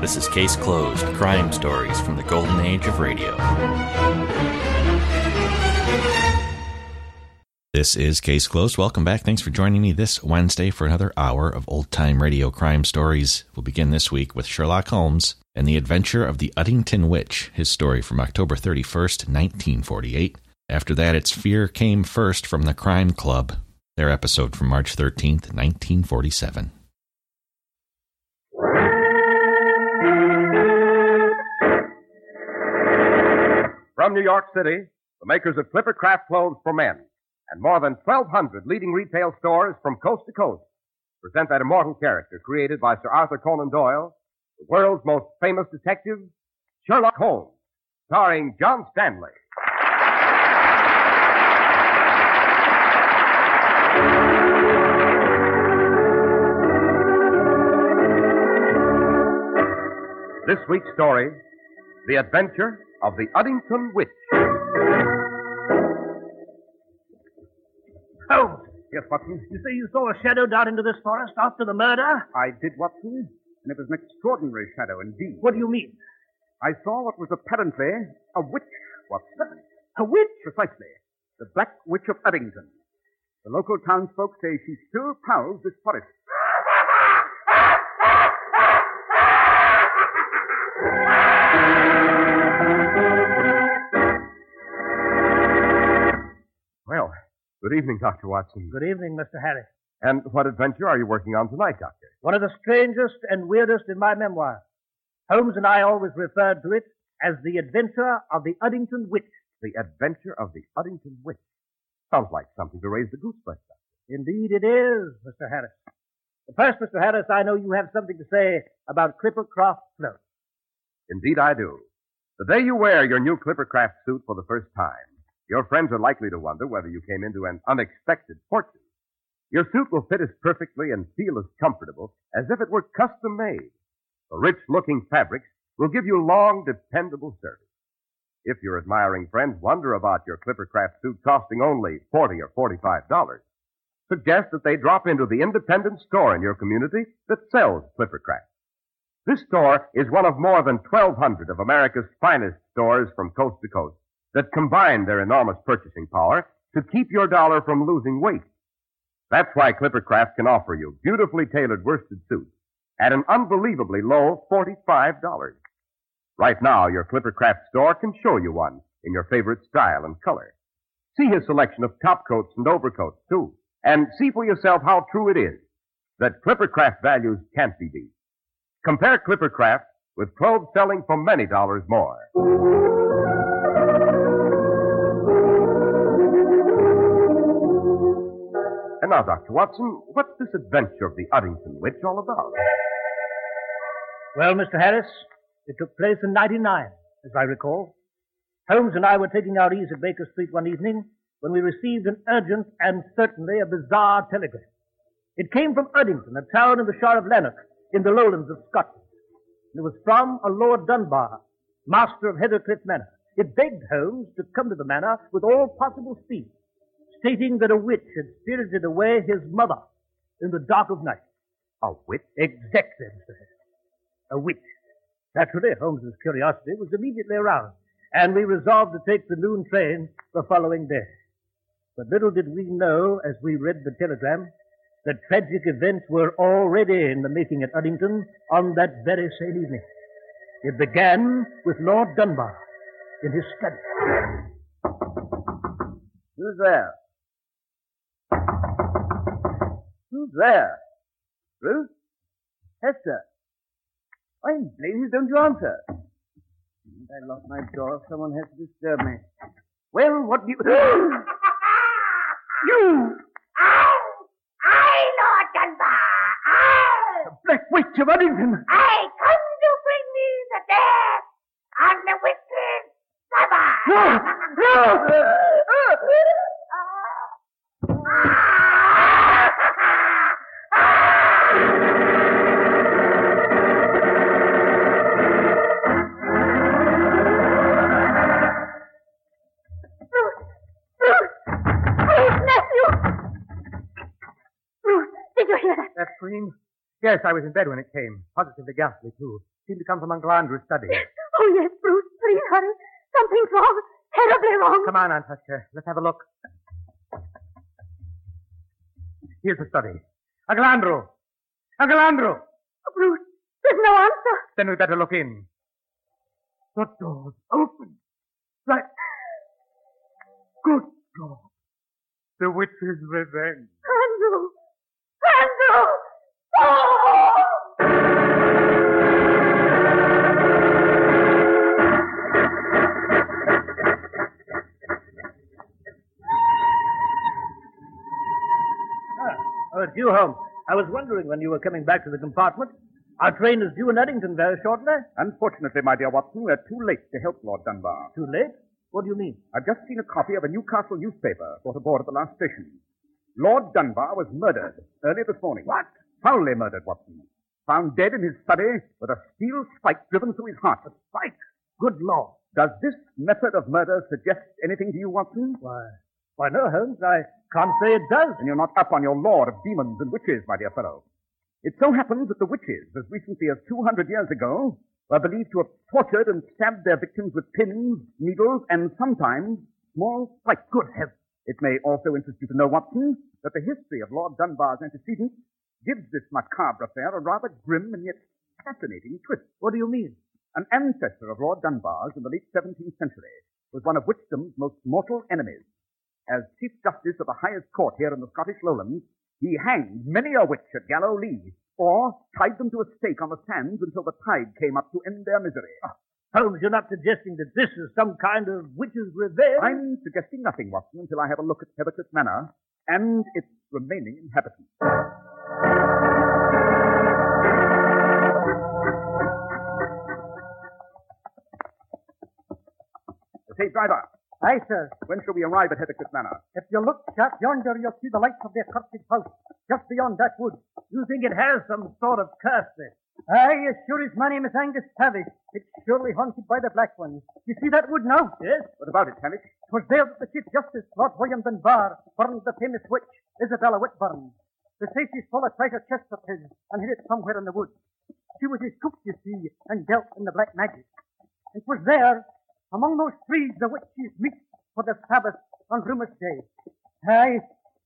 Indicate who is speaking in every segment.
Speaker 1: This is Case Closed Crime Stories from the Golden Age of Radio. This is Case Closed. Welcome back. Thanks for joining me this Wednesday for another hour of old time radio crime stories. We'll begin this week with Sherlock Holmes and the adventure of the Uddington Witch, his story from October 31st, 1948. After that, it's Fear Came First from the Crime Club, their episode from March 13th, 1947.
Speaker 2: From New York City, the makers of Clipper Craft Clothes for Men and more than 1,200 leading retail stores from coast to coast present that immortal character created by Sir Arthur Conan Doyle, the world's most famous detective, Sherlock Holmes, starring John Stanley. This week's story The Adventure of the Uddington Witch.
Speaker 3: Holmes,
Speaker 2: Yes, Watson.
Speaker 3: Oh, you say you saw a shadow down into this forest after the murder?
Speaker 2: I did, Watson, and it was an extraordinary shadow indeed.
Speaker 3: What do you mean?
Speaker 2: I saw what was apparently a witch, Watson.
Speaker 3: A witch?
Speaker 2: Precisely. The Black Witch of Uddington. The local townsfolk say she still prowls this forest. Well, good evening, Dr. Watson.
Speaker 3: Good evening, Mr. Harris.
Speaker 2: And what adventure are you working on tonight, Doctor?
Speaker 3: One of the strangest and weirdest in my memoirs. Holmes and I always referred to it as the adventure of the Uddington witch.
Speaker 2: The Adventure of the Uddington Witch. Sounds like something to raise the goosebumps.
Speaker 3: Indeed it is, Mr. Harris. But first, Mr. Harris, I know you have something to say about Clipper Croft Float.
Speaker 2: Indeed, I do. The day you wear your new Clippercraft suit for the first time, your friends are likely to wonder whether you came into an unexpected fortune. Your suit will fit as perfectly and feel as comfortable as if it were custom made. The rich looking fabrics will give you long, dependable service. If your admiring friends wonder about your Clippercraft suit costing only 40 or $45, suggest that they drop into the independent store in your community that sells Clippercraft. This store is one of more than 1,200 of America's finest stores from coast to coast that combine their enormous purchasing power to keep your dollar from losing weight. That's why Clippercraft can offer you beautifully tailored worsted suits at an unbelievably low $45. Right now, your Clippercraft store can show you one in your favorite style and color. See his selection of topcoats and overcoats, too, and see for yourself how true it is that Clippercraft values can't be beat. Compare Clippercraft with clothes selling for many dollars more. And now, Dr. Watson, what's this adventure of the Uddington Witch all about?
Speaker 3: Well, Mr. Harris, it took place in 99, as I recall. Holmes and I were taking our ease at Baker Street one evening when we received an urgent and certainly a bizarre telegram. It came from Uddington, a town in the Shire of Lanark, in the lowlands of Scotland. It was from a Lord Dunbar, master of Heathercliff Manor. It begged Holmes to come to the manor with all possible speed, stating that a witch had spirited away his mother in the dark of night.
Speaker 2: A witch?
Speaker 3: Exactly, Mr. Harris. A witch. Naturally, Holmes's curiosity was immediately aroused, and we resolved to take the noon train the following day. But little did we know, as we read the telegram, that tragic events were already in the making at Uddington on that very same evening. It began with Lord Dunbar in his study.
Speaker 2: Who's there? Who's there? Ruth? Hester? I'm blazes, don't you answer? I locked my door. Someone has to disturb me. Well, what do you... you!
Speaker 4: I, I, Lord Dunbar, I,
Speaker 2: Black Witch of Uddington!
Speaker 4: I come to bring thee the death on the wicked summer.
Speaker 2: No! No!
Speaker 4: Nephew! Ruth, did you hear that?
Speaker 3: That scream?
Speaker 5: Yes, I was in bed when it came. Positively ghastly, too. Seemed to come from Uncle Andrew's study.
Speaker 4: Oh, yes, Bruce, please hurry. Something's wrong. Terribly wrong.
Speaker 5: Come on, Aunt Hester. Let's have a look. Here's the study. Uncle Andrew! Uncle Andrew!
Speaker 4: Oh, Bruce, there's no answer.
Speaker 5: Then we'd better look in. The door's open. Right. Good God. The witch's revenge.
Speaker 4: Andrew! Andrew! Oh!
Speaker 3: Oh, it's you, Holmes. I was wondering when you were coming back to the compartment. Our train is due in Eddington very shortly.
Speaker 6: Unfortunately, my dear Watson, we're too late to help Lord Dunbar.
Speaker 3: Too late? What do you mean?
Speaker 6: I've just seen a copy of a Newcastle newspaper brought aboard at the last station. Lord Dunbar was murdered early this morning. What? Foully murdered, Watson. Found dead in his study with a steel spike driven through his heart. A spike?
Speaker 3: Good Lord.
Speaker 6: Does this method of murder suggest anything to you, Watson?
Speaker 3: Why, why no, Holmes. I can't say it does.
Speaker 6: And you're not up on your lore of demons and witches, my dear fellow. It so happens that the witches, as recently as 200 years ago, were believed to have tortured and stabbed their victims with pins, needles, and sometimes small spikes. Good heavens. It may also interest you to know, Watson, that the history of Lord Dunbar's antecedents gives this macabre affair a rather grim and yet fascinating twist.
Speaker 3: What do you mean?
Speaker 6: An ancestor of Lord Dunbar's in the late 17th century was one of Witcham's most mortal enemies. As Chief Justice of the highest court here in the Scottish Lowlands, he hanged many a witch at Gallow Lee, or tied them to a stake on the sands until the tide came up to end their misery.
Speaker 3: Ah, Holmes, you're not suggesting that this is some kind of witch's revenge?
Speaker 6: I'm suggesting nothing, Watson, until I have a look at Heathercliff Manor and its remaining inhabitants. The safe driver,
Speaker 5: Aye, sir.
Speaker 6: when shall we arrive at Heathercliff Manor?
Speaker 5: If you look sharp yonder, you'll see the lights of their cottage house just beyond that wood.
Speaker 3: You think it has some sort of curse, then?
Speaker 5: Aye, as sure as my name is Angus Tavish, it's surely haunted by the Black One. You see that wood now?
Speaker 3: Yes?
Speaker 6: What about it, Hamish?
Speaker 5: 'Twas there that the Chief Justice, Lord William Dunbar, burned the famous witch, Isabella Whitburn. The safe is full of treasure chests of his, and hid it somewhere in the woods. She was his cook, you see, and dealt in the black magic. It was there, among those trees, the witches meet for the Sabbath on Rumour's Day. Aye,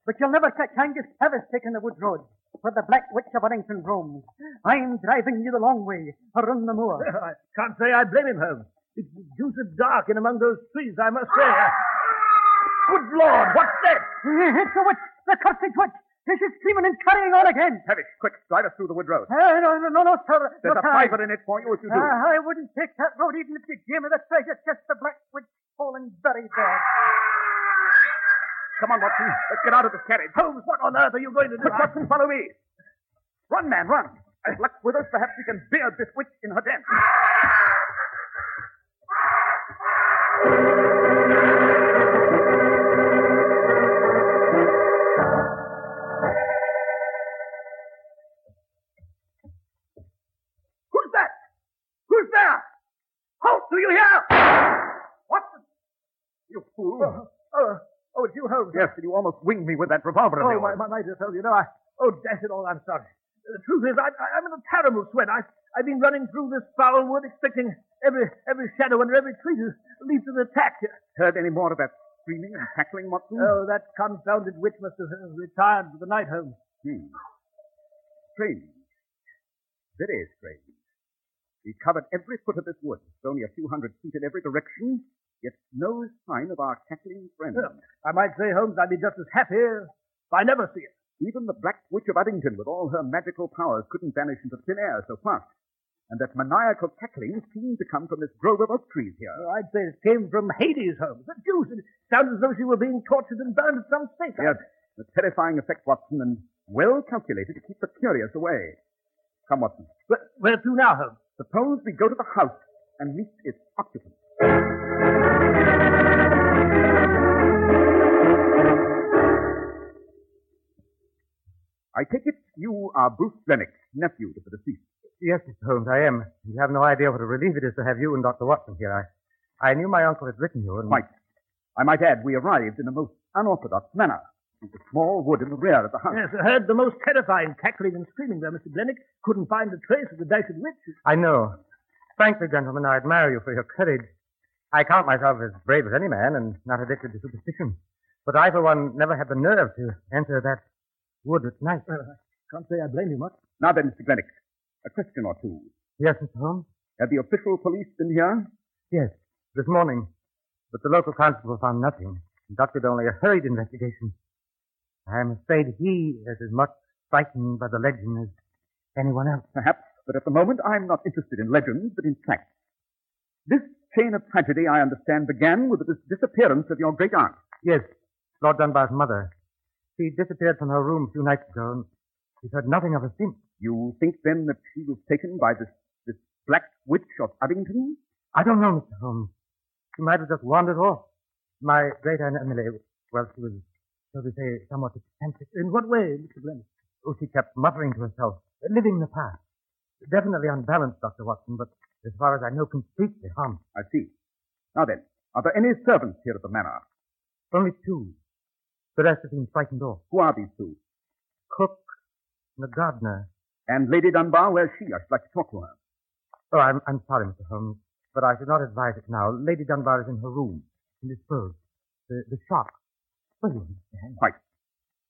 Speaker 5: but you'll never catch Angus Tavish taking the wood road, where the black witch of Errington roams. I'm driving you the long way, around the moor.
Speaker 3: I can't say I blame him, Holmes. It's deuced dark in among those trees, I must say. Good Lord, what's that?
Speaker 5: It's the witch, the cursed witch. She's screaming and carrying on again.
Speaker 6: Hamish, quick, drive us through the wood road.
Speaker 5: Uh, no, no, no, no, sir. no
Speaker 6: There's a
Speaker 5: time.
Speaker 6: fiver in it for you if you
Speaker 5: Uh,
Speaker 6: do.
Speaker 5: I wouldn't take that road even if you gave me the treasure chest the black witch fallen buried there.
Speaker 6: Come on, Watson. Let's get out of this carriage.
Speaker 3: Holmes, what on earth are you going to do?
Speaker 6: Quick, Watson, follow me. Run, man, run. As luck's with us, perhaps we can beard this witch in her den. Who's that? Who's there? Halt, do you hear? Watson! You fool.
Speaker 3: Oh, oh, it's you, Holmes.
Speaker 6: Yes, and you almost winged me with that revolver of
Speaker 3: Oh,
Speaker 6: yours.
Speaker 3: my, my, my dear fellow, you know, I. Oh, dash it all, I'm sorry. The truth is, I, I, I'm in a terrible sweat. I, I've been running through this foul wood expecting every every shadow under every tree to lead to an attack.
Speaker 6: Heard any more of that screaming and cackling, Watson?
Speaker 3: Oh, that confounded witch must have uh, retired for the night, Holmes.
Speaker 6: Hmm. Strange. Very strange. We covered every foot of this wood. It's only a few hundred feet in every direction, yet no sign of our cackling friend.
Speaker 3: Yeah. I might say, Holmes, I'd be just as happy if I never see it.
Speaker 6: Even the Black Witch of Uddington, with all her magical powers, couldn't vanish into thin air so fast. And that maniacal cackling seemed to come from this grove of oak trees here.
Speaker 3: Oh, I'd say it came from Hades, Holmes. The deuce, it sounded as though she were being tortured and burned at some stake.
Speaker 6: Yes, a terrifying effect, Watson, and well calculated to keep the curious away. Come, Watson.
Speaker 3: Where, where to now, Holmes?
Speaker 6: Suppose we go to the house and meet its occupant. I take it you are Bruce Lennox, nephew to the deceased.
Speaker 5: Yes, Mr. Holmes, I am. You have no idea what a relief it is to have you and Dr. Watson here. I, I knew my uncle had written you and...
Speaker 6: Quite. I might add, we arrived in a most unorthodox manner. The small wood in the rear of the house.
Speaker 3: Yes, I heard the most terrifying cackling and screaming there, Mr. Blenick. Couldn't find a trace of the dashed witch.
Speaker 7: I know. Frankly, gentlemen, I admire you for your courage. I count myself as brave as any man and not addicted to superstition. But I, for one, never had the nerve to enter that wood at night.
Speaker 3: Can't say I blame you much.
Speaker 6: Now then, Mr. Glennick, a question or two.
Speaker 7: Yes, Mr. Holmes?
Speaker 6: Have the official police been here?
Speaker 7: Yes, this morning. But the local constable found nothing. Conducted only a hurried investigation. I am afraid he is as much frightened by the legend as anyone else.
Speaker 6: Perhaps, but at the moment I'm not interested in legends, but in facts. This chain of tragedy, I understand, began with the dis- disappearance of your great aunt.
Speaker 7: Yes, Lord Dunbar's mother. She disappeared from her room a few nights ago, and we've heard nothing of her since.
Speaker 6: You think then that she was taken by this, this black witch of Uddington?
Speaker 7: I don't know, Mr. Holmes. She might have just wandered off. My great aunt Emily, well, she was, so to say, somewhat eccentric.
Speaker 3: In what way, Mr. Blenick?
Speaker 7: Oh, she kept muttering to herself, living the past. Definitely unbalanced, Dr. Watson, but as far as I know, completely harmless.
Speaker 6: I see. Now then, are there any servants here at the manor?
Speaker 7: Only two. The rest have been frightened off.
Speaker 6: Who are these two?
Speaker 7: Cook and the gardener.
Speaker 6: And Lady Dunbar, where's she? I'd like to talk to her.
Speaker 7: Oh, I'm, I'm sorry, Mr. Holmes, but I should not advise it now. Lady Dunbar is in her room, indisposed. The, the shock. Well, you understand.
Speaker 6: Quite.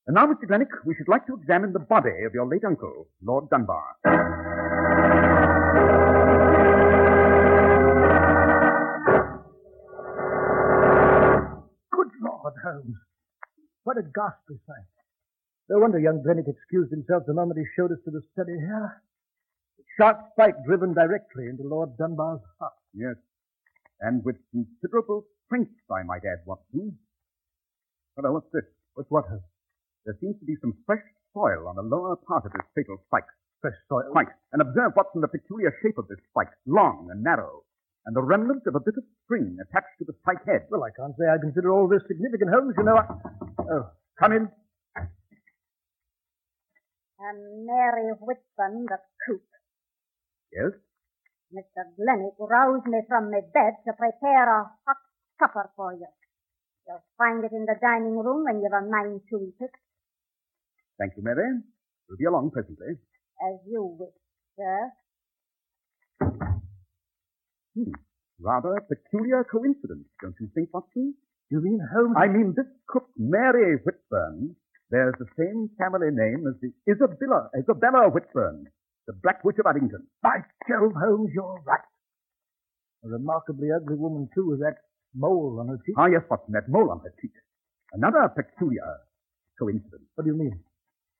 Speaker 6: And now, Mr. Glennick, we should like to examine the body of your late uncle, Lord Dunbar.
Speaker 3: Good Lord, Holmes. What a ghastly sight. No wonder young Blenick excused himself the moment he showed us to the study here. A sharp spike driven directly into Lord Dunbar's heart.
Speaker 6: Yes. And with considerable strength, I might add, Watson. Hello, what's this?
Speaker 3: What's what, Holmes?
Speaker 6: There seems to be some fresh soil on the lower part of this fatal spike.
Speaker 3: Fresh soil.
Speaker 6: Quite. And observe, Watson, the peculiar shape of this spike, long and narrow, and the remnant of a bit of string attached to the spike head.
Speaker 3: Well, I can't say I consider all this significant, Holmes. You know, I... Oh,
Speaker 6: Come in.
Speaker 8: A Mary Whitburn, the coop.
Speaker 6: Yes?
Speaker 8: Mr. Glennick roused me from my bed to prepare a hot supper for you. You'll find it in the dining room when you've a mind to eat it,
Speaker 6: Thank you, Mary. We'll be along presently.
Speaker 8: as you wish, sir.
Speaker 6: Hmm. Rather a peculiar coincidence, don't you think, Watson?
Speaker 3: you mean Holmes?
Speaker 6: I mean, this cook, Mary Whitburn, bears the same family name as the Isabella, Isabella Whitburn, the Black Witch of Uddington.
Speaker 3: By Jove, Holmes, you're right. A remarkably ugly woman, too, with that mole on her cheek.
Speaker 6: Ah, yes, Watson, that mole on her cheek. Another peculiar coincidence.
Speaker 3: What do you mean?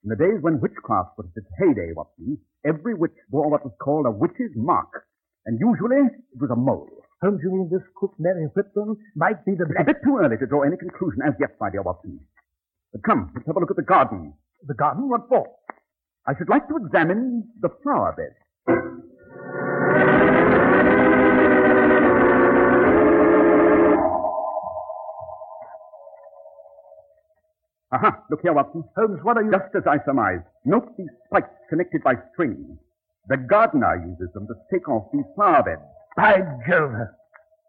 Speaker 6: In the days when witchcraft was its heyday, Watson, every witch bore what was called a witch's mark, and usually it was a mole.
Speaker 3: Holmes, you mean this cook, Mary Whitburn, might be the
Speaker 6: A
Speaker 3: black...
Speaker 6: bit too early to draw any conclusion as yet, my dear Watson. But come, let's have a look at the garden.
Speaker 3: The garden? What for?
Speaker 6: I should like to examine the flower bed. Aha, look here, Watson.
Speaker 3: Holmes, what are you...
Speaker 6: Just as I surmised, note these spikes connected by string. The gardener uses them to take off these flower beds.
Speaker 3: By Jove!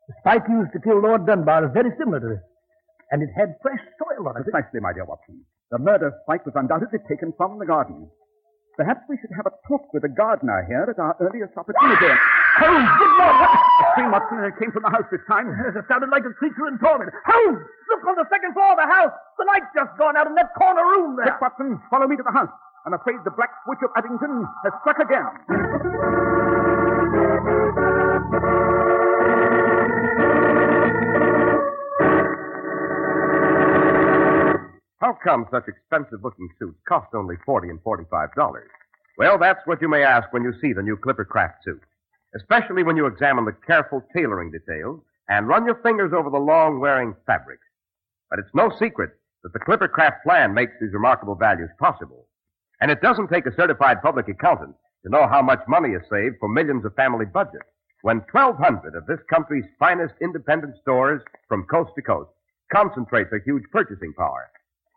Speaker 3: The spike used to kill Lord Dunbar is very similar to this. And it had fresh soil on it.
Speaker 6: Precisely, my dear Watson. The murder spike was undoubtedly taken from the garden. Perhaps we should have a talk with the gardener here at our earliest opportunity.
Speaker 3: Ah!
Speaker 6: Holmes, good Lord! What? The scream, Watson, and it came from the house this time.
Speaker 3: It sounded like a creature in torment. Holmes! Look on the second floor of the house! The light's just gone out in that corner room there!
Speaker 6: Quick, Watson, follow me to the house. I'm afraid the Black Witch of Uddington has struck again.
Speaker 2: How come such expensive looking suits cost only forty and forty-five dollars? Well, that's what you may ask when you see the new Clipper Craft suit, especially when you examine the careful tailoring details and run your fingers over the long wearing fabrics. But it's no secret that the Clipper Craft plan makes these remarkable values possible. And it doesn't take a certified public accountant to know how much money is saved for millions of family budgets when 1,200 of this country's finest independent stores from coast to coast concentrate their huge purchasing power.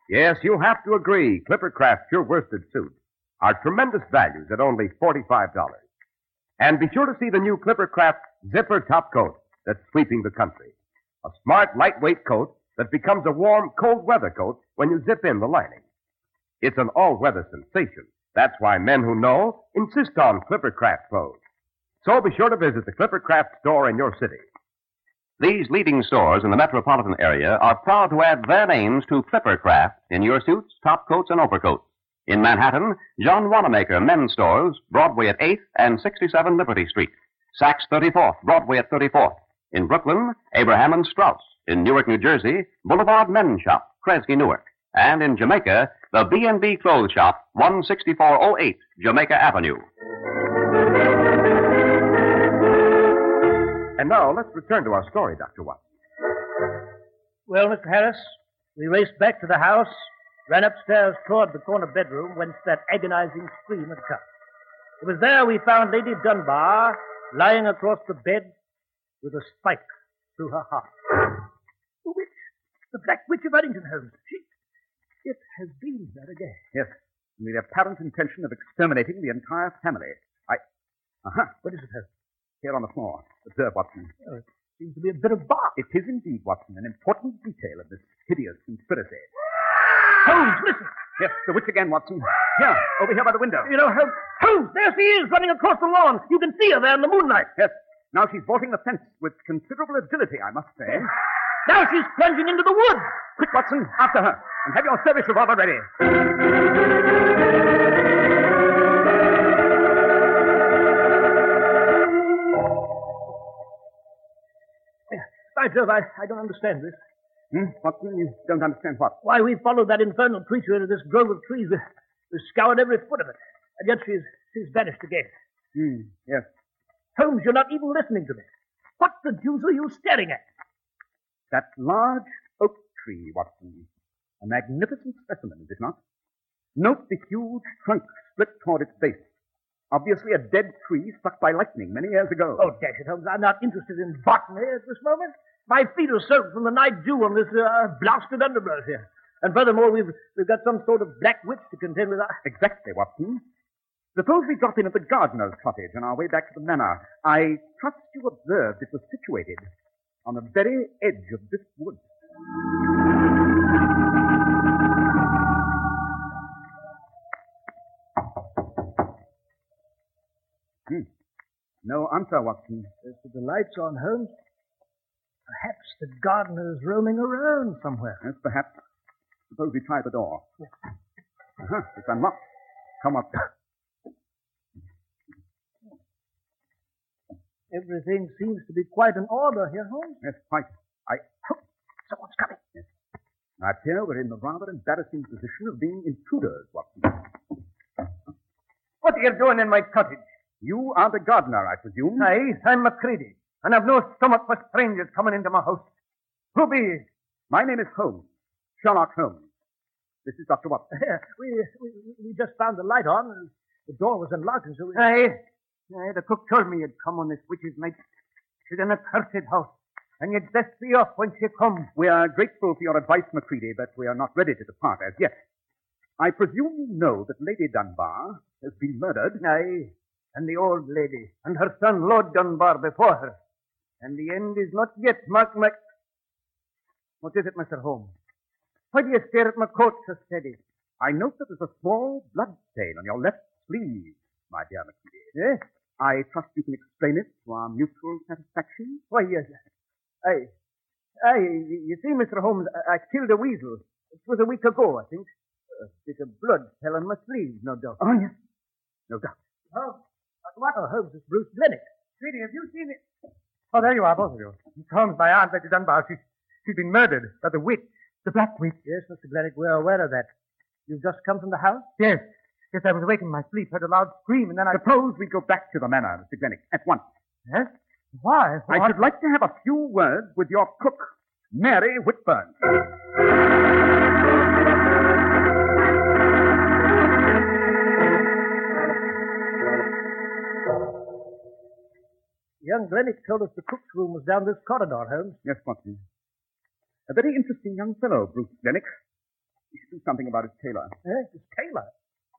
Speaker 2: Yes, you have to agree, Clipper Craft's your worsted suits are tremendous values at only $45. And be sure to see the new Clipper Craft zipper top coat that's sweeping the country. A smart, lightweight coat that becomes a warm, cold weather coat when you zip in the lining. It's an all weather sensation. That's why men who know insist on Clipper Craft clothes. So be sure to visit the Clipper Craft store in your city.
Speaker 9: These leading stores in the metropolitan area are proud to add their names to Clipper Craft in your suits, top coats, and overcoats. In Manhattan, John Wanamaker Men's Stores, Broadway at 8th and 67 Liberty Street. Saks 34th, Broadway at 34th. In Brooklyn, Abraham and Strauss. In Newark, New Jersey, Boulevard Men's Shop, Kresge, Newark. And in Jamaica, the B&B Clothes Shop, 16408 Jamaica Avenue.
Speaker 2: And now let's return to our story, Dr. Watson.
Speaker 3: Well, Mr. Harris, we raced back to the house, ran upstairs toward the corner bedroom whence that agonizing scream had come. It was there we found Lady Dunbar lying across the bed with a spike through her heart. The witch, the Black Witch of Uddington, Holmes. She, it has been there again.
Speaker 6: Yes, and the apparent intention of exterminating the entire family. I. Uh huh.
Speaker 3: What is it, Holmes?
Speaker 6: Here on the floor. Observe, Watson.
Speaker 3: Oh, it seems to be a bit of bark.
Speaker 6: It is indeed, Watson, an important detail of this hideous conspiracy.
Speaker 3: Holmes, listen.
Speaker 6: Yes, the witch again, Watson. Here, over here by the window.
Speaker 3: You know, Holmes, Holmes, there she is running across the lawn. You can see her there in the moonlight.
Speaker 6: Yes. Now she's vaulting the fence with considerable agility, I must say.
Speaker 3: Now she's plunging into the wood.
Speaker 6: Quick, Watson, after her, and have your service revolver ready.
Speaker 3: By Jove, I, I don't understand this.
Speaker 6: Hmm? Watson, you don't understand what?
Speaker 3: Why, we followed that infernal creature into this grove of trees. We, we scoured every foot of it. And yet she's, she's vanished again.
Speaker 6: Hmm, yes.
Speaker 3: Holmes, you're not even listening to me. What the deuce are you staring at?
Speaker 6: That large oak tree, Watson. A magnificent specimen, is it not? Note the huge trunk split toward its base. Obviously a dead tree struck by lightning many years ago.
Speaker 3: Oh, dash it, Holmes. I'm not interested in botany at this moment. My feet are soaked from the night dew on this uh, blasted undergrowth here. And furthermore, we've, we've got some sort of black witch to contend with. I-
Speaker 6: Exactly, Watson. Suppose we drop in at the gardener's cottage on our way back to the manor. I trust you observed it was situated on the very edge of this wood. Hmm. No answer, Watson.
Speaker 3: As for the lights on, Holmes, perhaps the gardener's roaming around somewhere.
Speaker 6: Yes, perhaps. Suppose we try the door. Uh-huh. It's unlocked. Come up.
Speaker 3: Everything seems to be quite in order here, Holmes.
Speaker 6: Yes, quite. I.
Speaker 3: Someone's coming.
Speaker 6: I appear we're in the rather embarrassing position of being intruders, Watson.
Speaker 7: What are you doing in my cottage?
Speaker 6: You are the gardener, I presume.
Speaker 7: Aye, I'm Macready, and I've no stomach for strangers coming into my house. Who be ye?
Speaker 6: My name is Holmes, Sherlock Holmes. This is Dr. Watson.
Speaker 3: we, we, we just found the light on. and The door was unlocked, and so we...
Speaker 7: Aye. Aye, the cook told me you'd come on this witch's night. She's an accursed house, and you'd best be off when she comes.
Speaker 6: We are grateful for your advice, Macready, but we are not ready to depart as yet. I presume you know that Lady Dunbar has been murdered.
Speaker 7: Aye, and the old lady, and her son Lord Dunbar before her. And the end is not yet, mark my... What is it, Mr. Holmes? Why do you stare at my coat so steady?
Speaker 6: I note that there's a small blood stain on your left sleeve, my dear Macready.
Speaker 7: Eh?
Speaker 6: I trust you can explain it to our mutual satisfaction.
Speaker 7: Why, yes. Aye. Aye, you you see, Mr. Holmes, I, I killed a weasel. It was a week ago, I think. A bit of blood fell on my sleeve, no doubt.
Speaker 6: Oh, yes. No doubt.
Speaker 3: Holmes. What? Oh, Holmes, it's Bruce Lennox.
Speaker 7: Sweetie, have you seen it? Oh, there you are, both of you. It's Holmes, my aunt, Lady Dunbar. She's, she's been murdered by the witch, the black witch.
Speaker 3: Yes, Mr. Glennick, we're aware of that. You've just come from the house?
Speaker 7: Yes. Yes, I was waking in my sleep, heard a loud scream, and then I...
Speaker 6: Suppose we go back to the manor, Mr. Glennick, at once.
Speaker 7: Yes? Why?
Speaker 6: I should like to have a few words with your cook, Mary Whitburn.
Speaker 3: Young Glennick told us the cook's room was down this corridor, Holmes.
Speaker 6: Yes, Watson. A very interesting young fellow, Bruce Lennox. We should do something about his tailor.
Speaker 3: Eh? It's Taylor.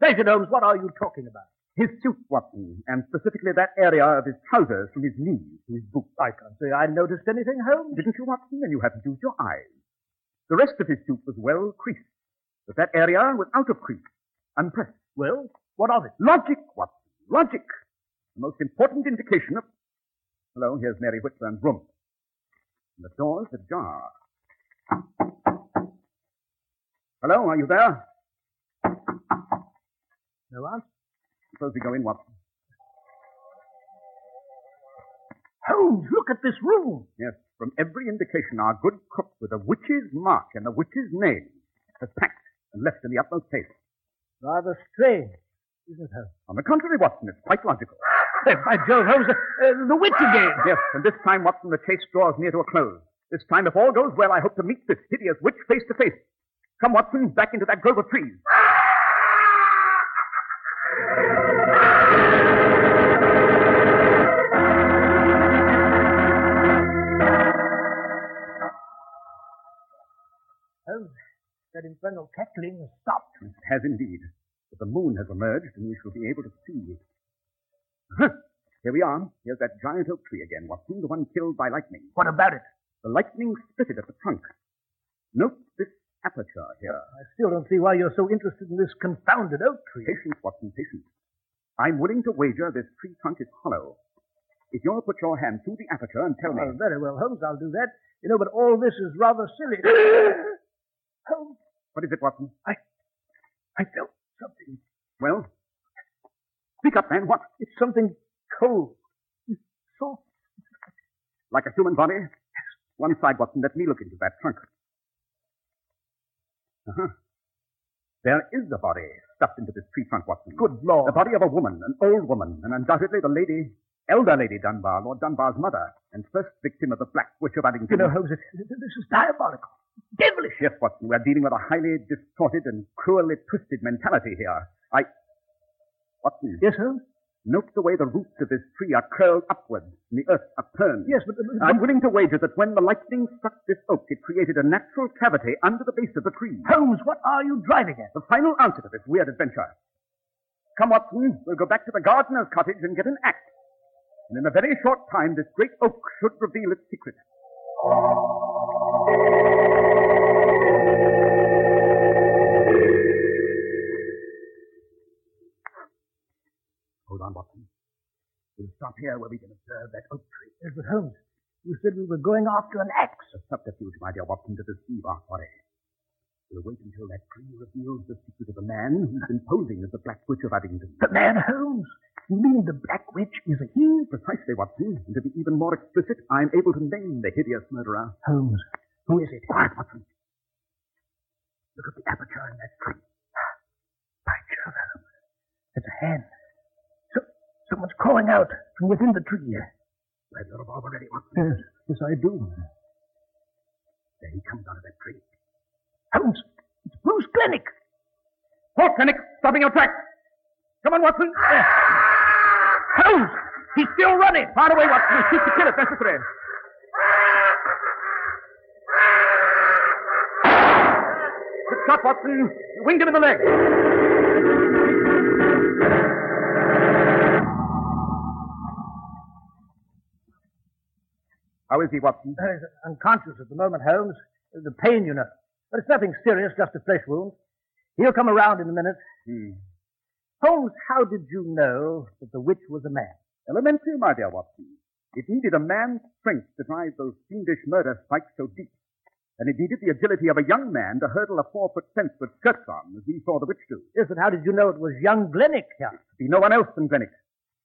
Speaker 3: David Holmes, what are you talking about?
Speaker 6: His suit, Watson, and specifically that area of his trousers from his knees to his boots.
Speaker 3: I can't say I noticed anything, Holmes.
Speaker 6: Didn't you, Watson? And you haven't used your eyes. The rest of his suit was well creased, but that area was out of crease, unpressed.
Speaker 3: Well, what of it?
Speaker 6: Logic, Watson. Logic. The most important indication of. Hello, here's Mary Whitland's room. And the door's ajar. Hello, are you there?
Speaker 3: No answer.
Speaker 6: Suppose we go in, Watson.
Speaker 3: Holmes, look at this room.
Speaker 6: Yes, from every indication, our good cook with a witch's mark and a witch's name has packed and left in the utmost haste.
Speaker 3: Rather strange, isn't it?
Speaker 6: On the contrary, Watson, it's quite logical.
Speaker 3: By Jove, Holmes, uh, the witch again.
Speaker 6: Yes, and this time, Watson, the chase draws near to a close. This time, if all goes well, I hope to meet this hideous witch face to face. Come, Watson, back into that grove of trees.
Speaker 3: Holmes, that infernal cackling has stopped.
Speaker 6: It has indeed. But the moon has emerged, and we shall be able to see. Huh. Here we are. Here's that giant oak tree again, Watson, the one killed by lightning.
Speaker 3: What about it?
Speaker 6: The lightning split it at the trunk. Note this aperture here.
Speaker 3: I still don't see why you're so interested in this confounded oak tree.
Speaker 6: Patience, Watson, patience. I'm willing to wager this tree trunk is hollow. If you'll put your hand through the aperture and tell
Speaker 3: Oh,
Speaker 6: me.
Speaker 3: very well, Holmes, I'll do that. You know, but all this is rather silly. Holmes,
Speaker 6: What is it, Watson?
Speaker 3: I felt something.
Speaker 6: Well? Speak up, man. What?
Speaker 3: It's something cold. It's soft.
Speaker 6: Like a human body? One side, Watson. Let me look into that trunk. Uh-huh. There is a body stuffed into this tree trunk, Watson.
Speaker 3: Good Lord.
Speaker 6: The body of a woman, an old woman, and undoubtedly the lady, elder lady Dunbar, Lord Dunbar's mother, and first victim of the Black Witch of
Speaker 3: You
Speaker 6: Addington.
Speaker 3: know, Holmes, it, this is diabolical. Devilish.
Speaker 6: Yes, Watson, we're dealing with a highly distorted and cruelly twisted mentality here. I. Watson,
Speaker 3: Yes, Holmes?
Speaker 6: note the way the roots of this tree are curled upward and the earth upturned.
Speaker 3: Yes, but... but-
Speaker 6: I'm willing to wager that when the lightning struck this oak, it created a natural cavity under the base of the tree.
Speaker 3: Holmes, what are you driving at?
Speaker 6: The final answer to this weird adventure. Come, Watson, we'll go back to the gardener's cottage and get an axe. And in a very short time, this great oak should reveal its secret. Hold on, Watson. We'll stop here where we can observe that oak tree.
Speaker 3: Yes, but Holmes, you said we were going after an axe.
Speaker 6: a subterfuge, my dear Watson, to deceive our quarry. We'll wait until that tree reveals the secret of the man who's been posing as the Black Witch of Abingdon.
Speaker 3: The man Holmes. You mean the Black Witch is a he?
Speaker 6: Precisely, Watson. And to be even more explicit, I'm able to name the hideous murderer.
Speaker 3: Holmes, who is it?
Speaker 6: Quiet, Watson.
Speaker 3: Look at the aperture in that tree. By Jove, Holmes. It's a hand. So, someone's crawling out from within the tree.
Speaker 6: You have your revolver ready, Watson.
Speaker 3: Yes, yes, I do.
Speaker 6: There he comes out of that tree.
Speaker 3: Holmes, it's Bruce Glennick.
Speaker 6: Halt, Fenwick! Stopping your tracks! Come on, Watson!
Speaker 3: Holmes, he's still running.
Speaker 6: Far away, Watson. We'll shoot to kill if necessary. Good shot, Watson. You winged him in the leg. How is he, Watson?
Speaker 3: Uh, He's unconscious at the moment, Holmes. The pain, you know. But it's nothing serious, just a flesh wound. He'll come around in a minute.
Speaker 6: Hmm.
Speaker 3: Holmes, how did you know that the witch was a man?
Speaker 6: Elementary, my dear Watson. It needed a man's strength to drive those fiendish murder spikes so deep. And it needed the agility of a young man to hurdle a four-foot fence with skirts on, as we saw the witch do.
Speaker 3: Yes, and how did you know it was young Glennick here?
Speaker 6: be no one else than Glennick.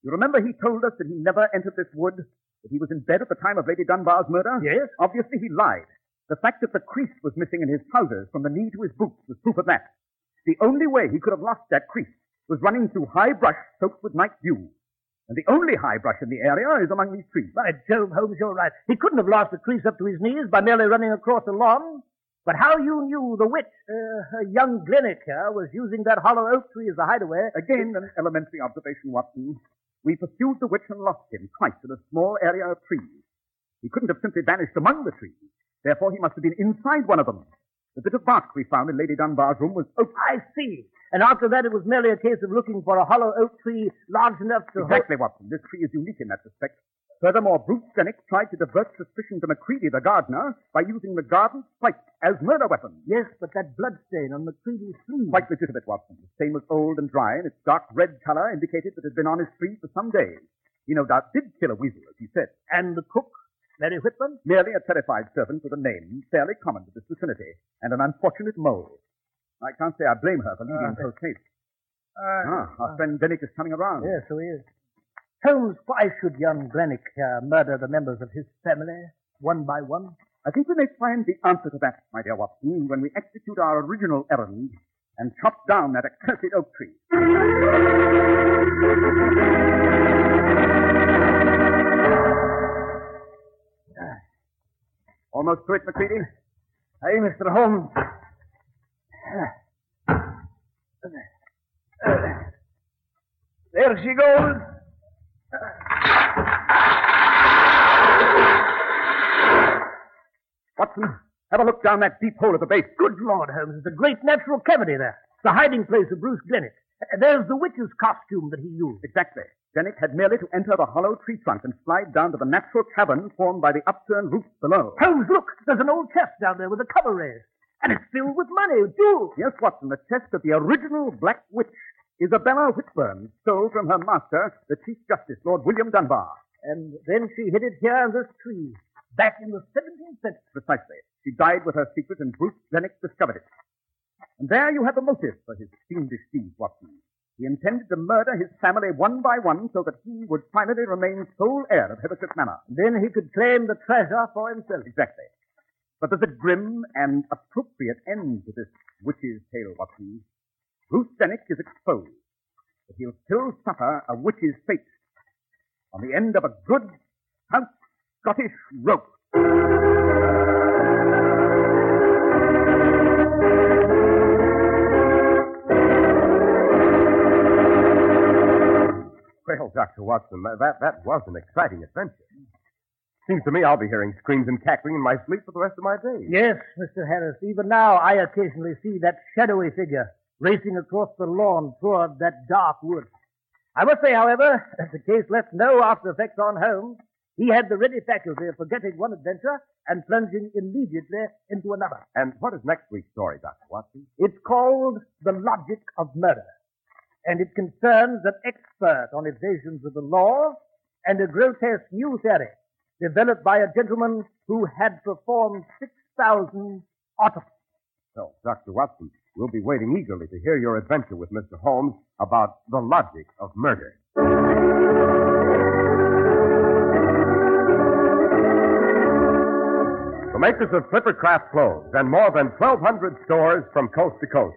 Speaker 6: You remember he told us that he never entered this wood, that he was in bed at the time of Lady Dunbar's murder?
Speaker 3: Yes.
Speaker 6: Obviously, he lied. The fact that the crease was missing in his trousers from the knee to his boots was proof of that. The only way he could have lost that crease was running through high brush soaked with night dew. And the only high brush in the area is among these trees.
Speaker 3: By Jove, Holmes, you're right. He couldn't have lost the crease up to his knees by merely running across the lawn. But how you knew the witch, uh, uh, young Glennick here, was using that hollow oak tree as a hideaway?
Speaker 6: Again, an elementary observation, Watson. We pursued the witch and lost him twice in a small area of trees. He couldn't have simply vanished among the trees. Therefore, he must have been inside one of them. The bit of bark we found in Lady Dunbar's room was oak.
Speaker 3: I see. And after that, it was merely a case of looking for a hollow oak tree large enough to.
Speaker 6: Exactly, Watson. This tree is unique in that respect. Furthermore, Bruce Stenick tried to divert suspicion to McCready, the gardener, by using the garden spike as murder weapon.
Speaker 3: Yes, but that blood stain on McCready's sleeve.
Speaker 6: Quite legitimate, Watson. The stain was old and dry, and its dark red color indicated that it had been on his sleeve for some days. He no doubt did kill a weasel, as he said.
Speaker 3: And the cook, Mary Whitman?
Speaker 6: Merely a terrified servant with a name fairly common to this vicinity, and an unfortunate mole. I can't say I blame her for leaving so safe. ah, our friend Dennick is coming around.
Speaker 3: Yes, so he is. Holmes, why should young Glennick uh, murder the members of his family one by one?
Speaker 6: I think we may find the answer to that, my dear Watson, when we execute our original errand and chop down that accursed oak tree. Almost through it, McCready?
Speaker 7: Hey, Mr. Holmes. There she goes.
Speaker 6: Watson, have a look down that deep hole at the base.
Speaker 3: Good Lord, Holmes, it's a great natural cavity there. It's the hiding place of Bruce Glennick. Uh, There's the witch's costume that he used.
Speaker 6: Exactly. Dennick had merely to enter the hollow tree trunk and slide down to the natural cavern formed by the upturned roof below.
Speaker 3: Holmes, look, there's an old chest down there with a cover raised. And it's filled with money, jewels.
Speaker 6: Yes, Watson, the chest of the original Black Witch, Isabella Whitburn, stole from her master, the Chief Justice, Lord William Dunbar.
Speaker 3: And then she hid it here on this tree, back in the 17th century.
Speaker 6: Precisely. She died with her secret, and Bruce Lennox discovered it. And there you have the motive for his fiendish deed, Watson. He intended to murder his family one by one so that he would finally remain sole heir of Heathercliff Manor.
Speaker 3: Then he could claim the treasure for himself.
Speaker 6: Exactly. But there's a grim and appropriate end to this witch's tale, Watson. Bruce Lennox is exposed, but he'll still suffer a witch's fate on the end of a good, stout Scottish rope.
Speaker 2: Well, Dr. Watson, that, that, that was an exciting adventure. Seems to me I'll be hearing screams and cackling in my sleep for the rest of my days.
Speaker 3: Yes, Mr. Harris, even now I occasionally see that shadowy figure racing across the lawn toward that dark wood. I must say, however, that the case left no after effects on Holmes. He had the ready faculty of forgetting one adventure and plunging immediately into another.
Speaker 2: And what is next week's story, Dr. Watson?
Speaker 3: It's called The Logic of Murder, and it concerns an expert on evasions of the law and a grotesque new theory developed by a gentleman who had performed 6,000 autopsies.
Speaker 2: So, Dr. Watson, we'll be waiting eagerly to hear your adventure with Mr. Holmes about the logic of murder. The makers of Flipper Craft clothes and more than 1,200 stores from coast to coast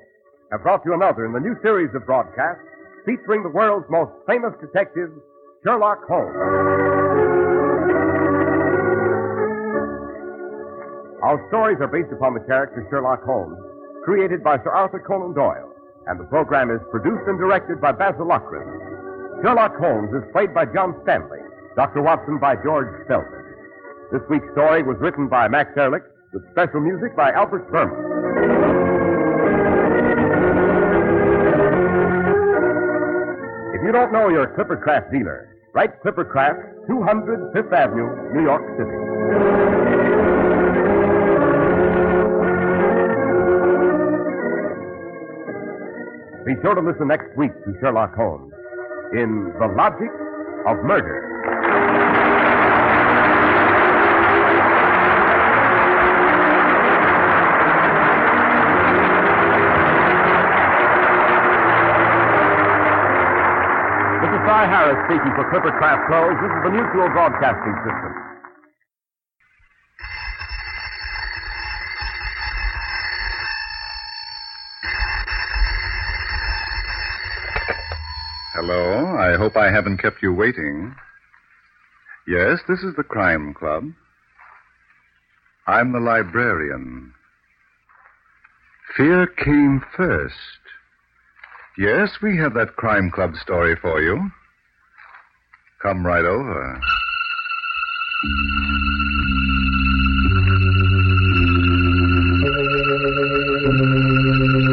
Speaker 2: have brought you another in the new series of broadcasts featuring the world's most famous detective, Sherlock Holmes. Our stories are based upon the character Sherlock Holmes, created by Sir Arthur Conan Doyle, and the program is produced and directed by Basil Lochran. Sherlock Holmes is played by John Stanley, Dr. Watson by George Stelton. This week's story was written by Max Ehrlich, with special music by Albert Berman. If you don't know your Clipper Craft dealer, write Clipper Craft, 200 Fifth Avenue, New York City. Be sure to listen next week to Sherlock Holmes in The Logic of Murder. This is Cy Harris speaking for Clipper Craft Clothes. This is the Mutual Broadcasting System.
Speaker 10: Hello. I hope I haven't kept you waiting. Yes, this is the Crime Club. I'm the librarian. Fear came first. Yes, we have that Crime Club story for you. Come right over. Ah,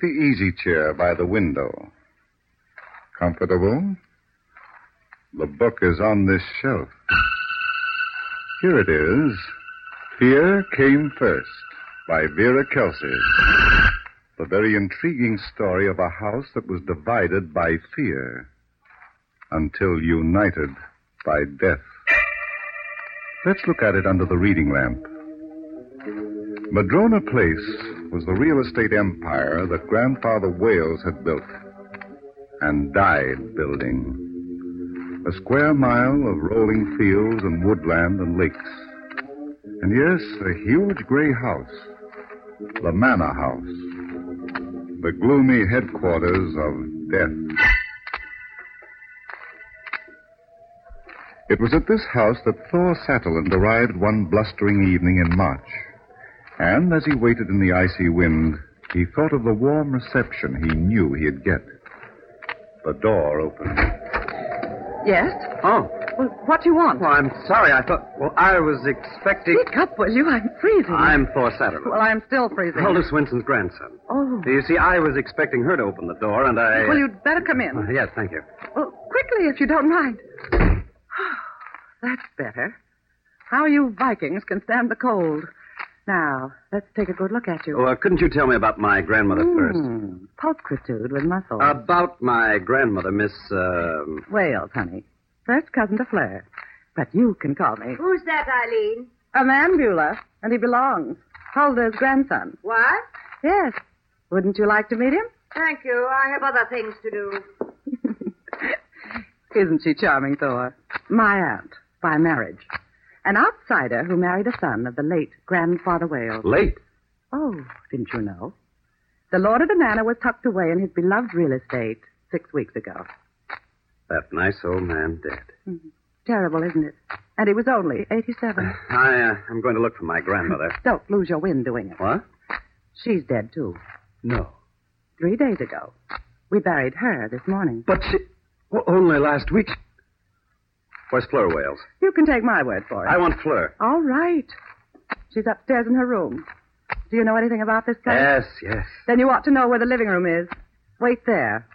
Speaker 10: easy chair by the window. Comfortable? The book is on this shelf. Here it is. Fear Came First by Vera Kelsey. The very intriguing story of a house that was divided by fear until united by death. Let's look at it under the reading lamp. Madrona Place was the real estate empire that Grandfather Wales had built and died building. A square mile of rolling fields and woodland and lakes. And yes, a huge gray house, the manor house, the gloomy headquarters of death. It was at this house that Thor Satelland arrived one blustering evening in March. And as he waited in the icy wind, he thought of the warm reception he knew he'd get. The door opened.
Speaker 11: Yes?
Speaker 12: Oh.
Speaker 11: Well, what do you want?
Speaker 12: Well, I'm sorry. I thought. Well, I was expecting.
Speaker 11: Wake up, will you? I'm freezing.
Speaker 12: I'm Thor Satterley.
Speaker 11: Well, I'm still freezing.
Speaker 12: Hilda Swinson's grandson.
Speaker 11: Oh.
Speaker 12: You see, I was expecting her to open the door, and I.
Speaker 11: Well, you'd better come in.
Speaker 12: Uh, yes, thank you.
Speaker 11: Well, quickly, if you don't mind. That's better. How you Vikings can stand the cold. Now, let's take a good look at you.
Speaker 12: Well, uh, couldn't you tell me about Oh, my grandmother Uh,
Speaker 11: Hmm, Pulchritude with muscle.
Speaker 12: first? About my grandmother, Miss. um
Speaker 11: Wales, honey. First cousin to Flair. But you can call me.
Speaker 13: Who's that, Eileen?
Speaker 11: A Mambula, and he belongs. Hulda's grandson.
Speaker 13: What?
Speaker 11: Yes. Wouldn't you like to meet him?
Speaker 13: Thank you. I have other things to do.
Speaker 11: Isn't she charming, Thor? My aunt, by marriage. An outsider who married a son of the late Grandfather Wales.
Speaker 12: Late?
Speaker 11: Oh, didn't you know? The lord of the manor was tucked away in his beloved real estate six weeks ago.
Speaker 12: That nice old man dead.
Speaker 11: Terrible, isn't it? And he was only 87.
Speaker 12: I, uh, I'm going to look for my grandmother.
Speaker 11: Don't lose your wind doing it.
Speaker 12: What?
Speaker 11: She's dead, too.
Speaker 12: No.
Speaker 11: Three days ago. We buried her this morning.
Speaker 12: But she. Well, only last week. Where's Fleur Wales?
Speaker 11: You can take my word for it.
Speaker 12: I want Fleur.
Speaker 11: All right. She's upstairs in her room. Do you know anything about this place?
Speaker 12: Yes, yes.
Speaker 11: Then you ought to know where the living room is. Wait there.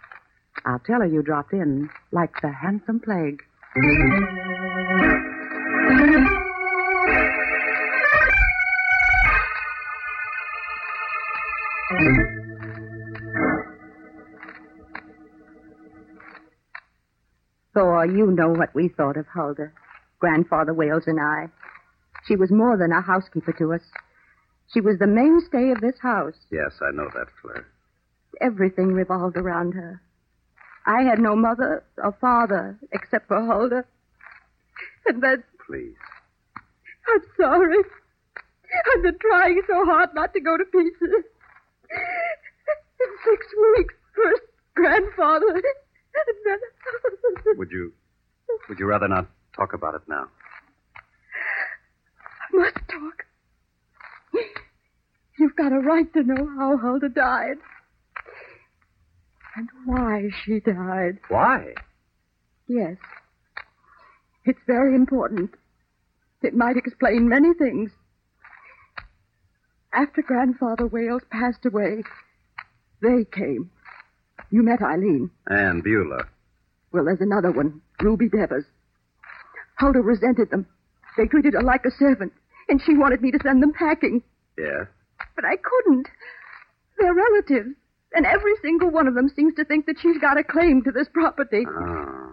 Speaker 11: I'll tell her you dropped in like the handsome plague.
Speaker 14: Thor, you know what we thought of Hulda, Grandfather Wales and I. She was more than a housekeeper to us. She was the mainstay of this house.
Speaker 12: Yes, I know that, Fleur.
Speaker 14: Everything revolved around her. I had no mother or father except for Hulda. And that's.
Speaker 12: Please.
Speaker 14: I'm sorry. I've been trying so hard not to go to pieces. In six weeks, first grandfather, and then.
Speaker 12: Would you. Would you rather not talk about it now?
Speaker 14: I must talk. You've got a right to know how Hulda died. And why she died.
Speaker 12: Why?
Speaker 14: Yes. It's very important. It might explain many things. After Grandfather Wales passed away, they came. You met Eileen.
Speaker 12: Anne Beulah.
Speaker 14: Well, there's another one, Ruby Devers. Hulda resented them. They treated her like a servant, and she wanted me to send them packing.
Speaker 12: Yes.
Speaker 14: But I couldn't. They're relatives, and every single one of them seems to think that she's got a claim to this property.
Speaker 12: Oh.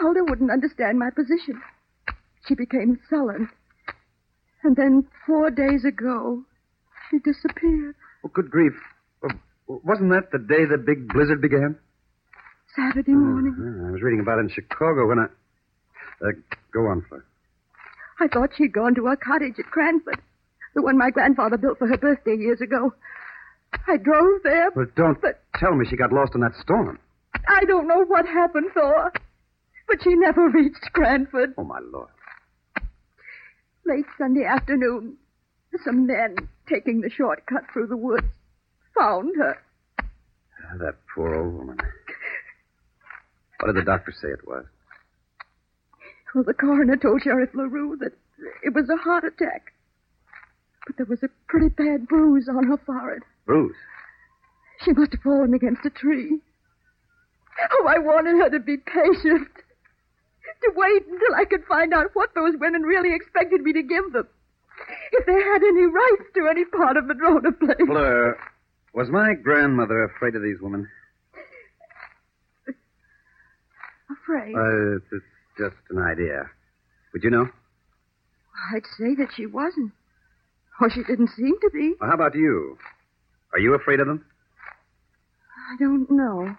Speaker 14: Hulda wouldn't understand my position. She became sullen. And then four days ago, she disappeared.
Speaker 12: Well, Oh, good grief. Well, Wasn't that the day the big blizzard began?
Speaker 14: Saturday morning,
Speaker 12: Yeah, I was reading about it in Chicago when I. Uh, go on, Fleur.
Speaker 14: I thought she'd gone to her cottage at Cranford, the one my grandfather built for her birthday years ago. I drove there.
Speaker 12: Well, don't
Speaker 14: But
Speaker 12: tell me she got lost in that storm.
Speaker 14: I don't know what happened, Thor. But she never reached Cranford.
Speaker 12: Oh, my lord.
Speaker 14: Late Sunday afternoon, some men, taking the shortcut through the woods, found her.
Speaker 12: Ah, That poor old woman. What did the doctor say it was?
Speaker 14: Well, the coroner told Sheriff LaRue that it was a heart attack. But there was a pretty bad bruise on her forehead.
Speaker 12: Bruise.
Speaker 14: She must have fallen against a tree. Oh, I wanted her to be patient, to wait until I could find out what those women really expected me to give them. If they had any rights to any part of Madrona Place.
Speaker 12: Fleur, was my grandmother afraid of these women?
Speaker 14: Afraid.
Speaker 12: Uh, it's, it's just an idea. Would you know?
Speaker 14: I'd say that she wasn't. Or she didn't seem to be.
Speaker 12: Well, how about you? Are you afraid of them?
Speaker 14: I don't know.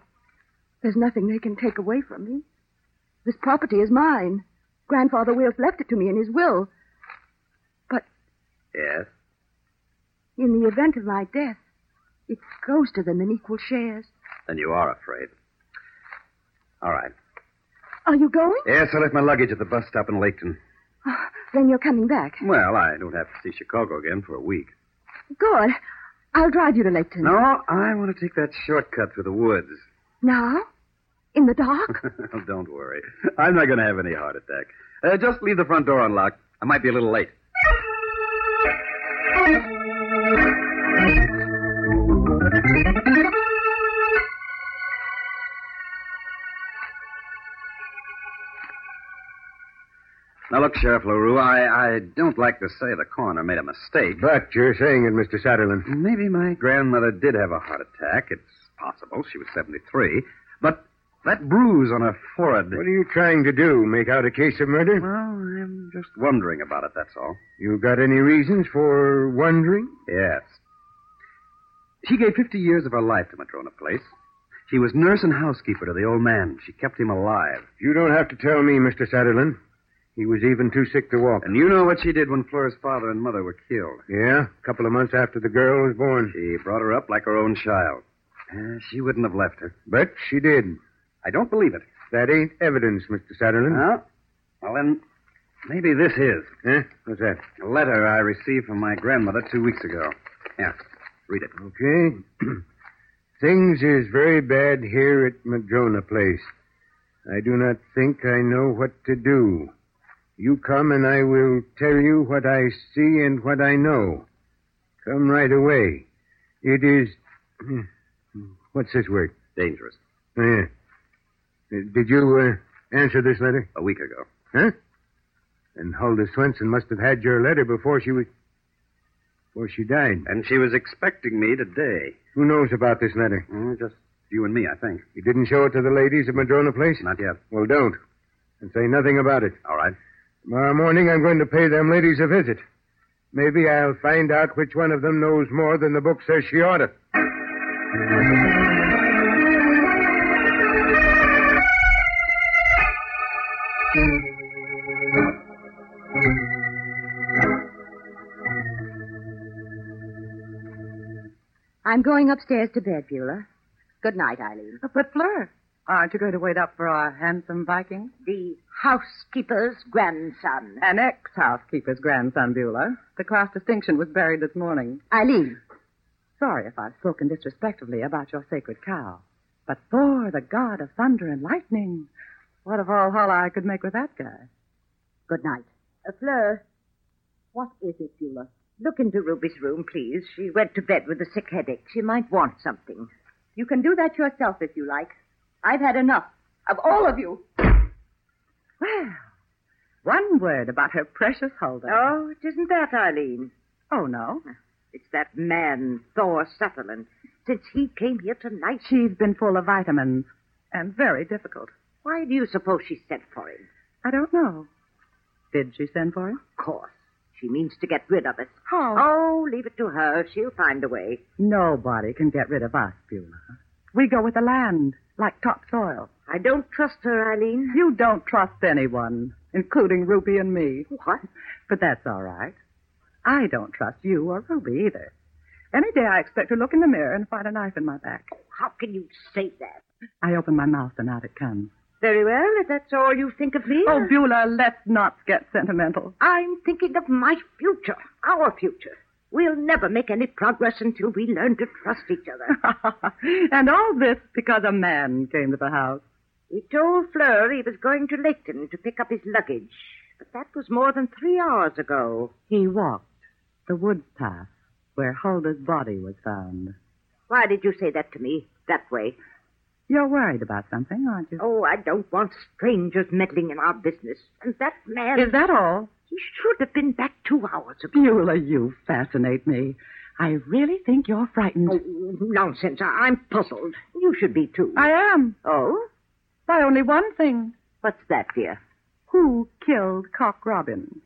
Speaker 14: There's nothing they can take away from me. This property is mine. Grandfather Wills left it to me in his will. But
Speaker 12: Yes.
Speaker 14: in the event of my death, it goes to them in equal shares.
Speaker 12: Then you are afraid. All right.
Speaker 14: Are you going?
Speaker 12: Yes, I left my luggage at the bus stop in Laketon.
Speaker 14: Oh, then you're coming back.
Speaker 12: Well, I don't have to see Chicago again for a week.
Speaker 14: Good. I'll drive you to Laketon.
Speaker 12: No, I want to take that shortcut through the woods. Oh,
Speaker 14: Now? In the dark?
Speaker 12: don't worry. I'm not going to have any heart attack. Uh, just leave the front door unlocked. I might be a little late. Now, look, Sheriff LaRue, I, I don't like to say the coroner made a mistake.
Speaker 15: But you're saying it, Mr. Sutherland.
Speaker 12: Maybe my grandmother did have a heart attack. It's possible. She was 73. But that bruise on her forehead.
Speaker 15: What are you trying to do? Make out a case of murder?
Speaker 12: Well, I'm just wondering about it, that's all.
Speaker 15: You got any reasons for wondering?
Speaker 12: Yes. She gave 50 years of her life to Madrona Place. She was nurse and housekeeper to the old man. She kept him alive.
Speaker 15: You don't have to tell me, Mr. Sutherland. He was even too sick to walk.
Speaker 12: And you know what she did when Flora's father and mother were killed.
Speaker 15: Yeah, a couple of months after the girl was born.
Speaker 12: She brought her up like her own child. Uh, she wouldn't have left her.
Speaker 15: But she did.
Speaker 12: I don't believe it.
Speaker 15: That ain't evidence, Mr. Sutherland.
Speaker 12: No? Well, then, maybe this is.
Speaker 15: Huh? What's that?
Speaker 12: A letter I received from my grandmother two weeks ago. Here, read it.
Speaker 15: Okay. Things is very bad here at Madrona Place. I do not think I know what to do. You come and I will tell you what I see and what I know. Come right away. It is. What's this word?
Speaker 12: Dangerous.
Speaker 15: Yeah. Uh, Did you uh, answer this letter?
Speaker 12: A week ago.
Speaker 15: Huh? And Hulda Swenson must have had your letter before she was. before she died.
Speaker 12: And she was expecting me today.
Speaker 15: Who knows about this letter?
Speaker 12: Mm, just you and me, I think.
Speaker 15: You didn't show it to the ladies at Madrona Place?
Speaker 12: Not yet.
Speaker 15: Well, don't. And say nothing about it.
Speaker 12: All right.
Speaker 15: Tomorrow morning, I'm going to pay them ladies a visit. Maybe I'll find out which one of them knows more than the book says she ought to.
Speaker 16: I'm going upstairs to bed, Beulah. Good night, Eileen.
Speaker 11: Uh, But, Fleur, aren't you going to wait up for our handsome Viking?
Speaker 16: The housekeeper's grandson.
Speaker 11: An ex-housekeeper's grandson, Beulah. The class distinction was buried this morning.
Speaker 16: Eileen.
Speaker 11: Sorry if I've spoken disrespectfully about your sacred cow. But Thor, the god of thunder and lightning, what of all holla I could make with that guy?
Speaker 16: Good night. Uh, Fleur, what is it, Beulah? Look into Ruby's room, please. She went to bed with a sick headache. She might want something. You can do that yourself if you like. I've had enough of all of you.
Speaker 11: Well, one word about her precious Huldah.
Speaker 16: Oh, it isn't that, Eileen.
Speaker 11: Oh, no.
Speaker 16: It's that man, Thor Sutherland. Since he came here tonight,
Speaker 11: She's been full of vitamins and very difficult.
Speaker 16: why do you suppose she sent for him?
Speaker 11: I don't know. Did she send for him?
Speaker 16: Of course. She means to get rid of us.
Speaker 11: How?
Speaker 16: Oh, leave it to her. She'll find a way.
Speaker 11: Nobody can get rid of us, Beulah. We go with the land, like topsoil.
Speaker 16: I don't trust her, Eileen.
Speaker 11: You don't trust anyone, including Ruby and me.
Speaker 16: What?
Speaker 11: But that's all right. I don't trust you or Ruby either. Any day I expect to look in the mirror and find a knife in my back.
Speaker 16: How can you say that?
Speaker 11: I open my mouth and out it comes.
Speaker 16: Very well, if that's all you think of me.
Speaker 11: Oh, Beulah, let's not get sentimental.
Speaker 16: I'm thinking of my future, our future. We'll never make any progress until we learn to trust each other.
Speaker 11: and all this because a man came to the house.
Speaker 16: he told Fleur he was going to Laketon to pick up his luggage, but that was more than three hours ago.
Speaker 11: He walked the woods path where Hulda's body was found.
Speaker 16: Why did you say that to me that way?
Speaker 11: You're worried about something, aren't you?
Speaker 16: Oh, I don't want strangers meddling in our business. And that man.
Speaker 11: Is that all?
Speaker 16: He should have been back two hours ago.
Speaker 11: Beulah, you fascinate me. I really think you're frightened.
Speaker 16: Oh, nonsense. I- I'm puzzled. You should be, too.
Speaker 11: I am.
Speaker 16: Oh?
Speaker 11: By only one thing.
Speaker 16: What's that, dear?
Speaker 11: Who killed Cock Robin?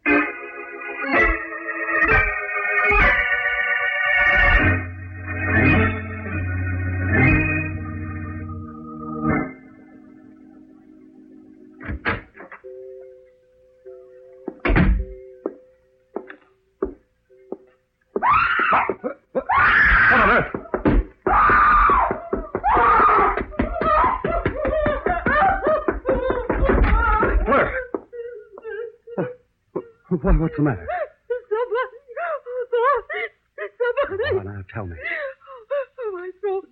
Speaker 6: What on earth? Fleur!
Speaker 12: What, what's the matter?
Speaker 14: Somebody. Oh, somebody.
Speaker 12: Oh, now tell me.
Speaker 14: Oh, my throat.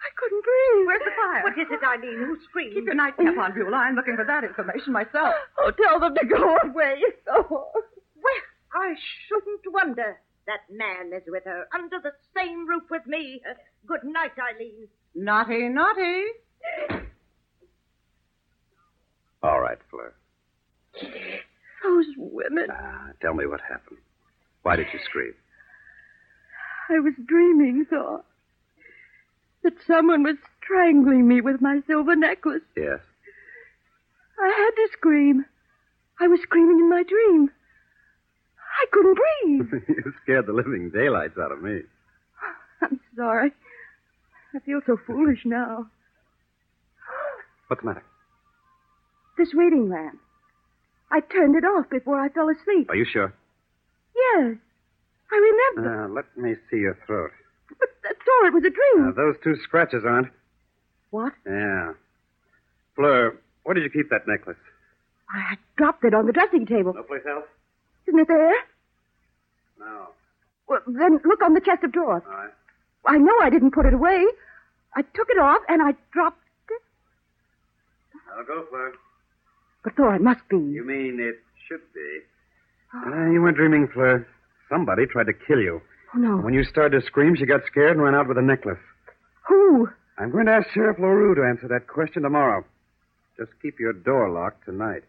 Speaker 14: I couldn't breathe.
Speaker 13: Where's the fire? What is it, Eileen? Who screamed?
Speaker 11: Keep your nightcap on, Beulah. I'm looking for that information myself.
Speaker 14: Oh, tell them to go away. Oh.
Speaker 13: Well, I shouldn't wonder. That man is with her, under the same roof with me. Uh, good night, Eileen.
Speaker 11: Naughty, naughty.
Speaker 12: All right, Fleur.
Speaker 14: Those women.
Speaker 12: Ah, tell me what happened. Why did you scream?
Speaker 14: I was dreaming, so that someone was strangling me with my silver necklace.
Speaker 12: Yes.
Speaker 14: I had to scream. I was screaming in my dream. I couldn't breathe.
Speaker 12: you scared the living daylights out of me.
Speaker 14: I'm sorry. I feel so foolish now.
Speaker 12: What's the matter?
Speaker 14: This reading lamp. I turned it off before I fell asleep.
Speaker 12: Are you sure?
Speaker 14: Yes. I remember.
Speaker 12: Now, Uh, let me see your throat.
Speaker 14: But that's all. It was a dream.
Speaker 12: Now, those two scratches aren't.
Speaker 14: what?
Speaker 12: Yeah. Fleur, where did you keep that necklace?
Speaker 14: I had dropped it on the dressing table.
Speaker 12: No place else?
Speaker 14: Isn't it there?
Speaker 12: No.
Speaker 14: Well, then look on the chest of drawers.
Speaker 12: All right.
Speaker 14: I know I didn't put it away. I took it off and I dropped.
Speaker 12: I'll go, Fleur.
Speaker 14: But Thor, it must be.
Speaker 12: You mean it should be? Uh, you weren't dreaming, Fleur. Somebody tried to kill you.
Speaker 14: Oh, no.
Speaker 12: When you started to scream, she got scared and ran out with a necklace.
Speaker 14: Who?
Speaker 12: I'm going to ask Sheriff LaRue to answer that question tomorrow. Just keep your door locked tonight.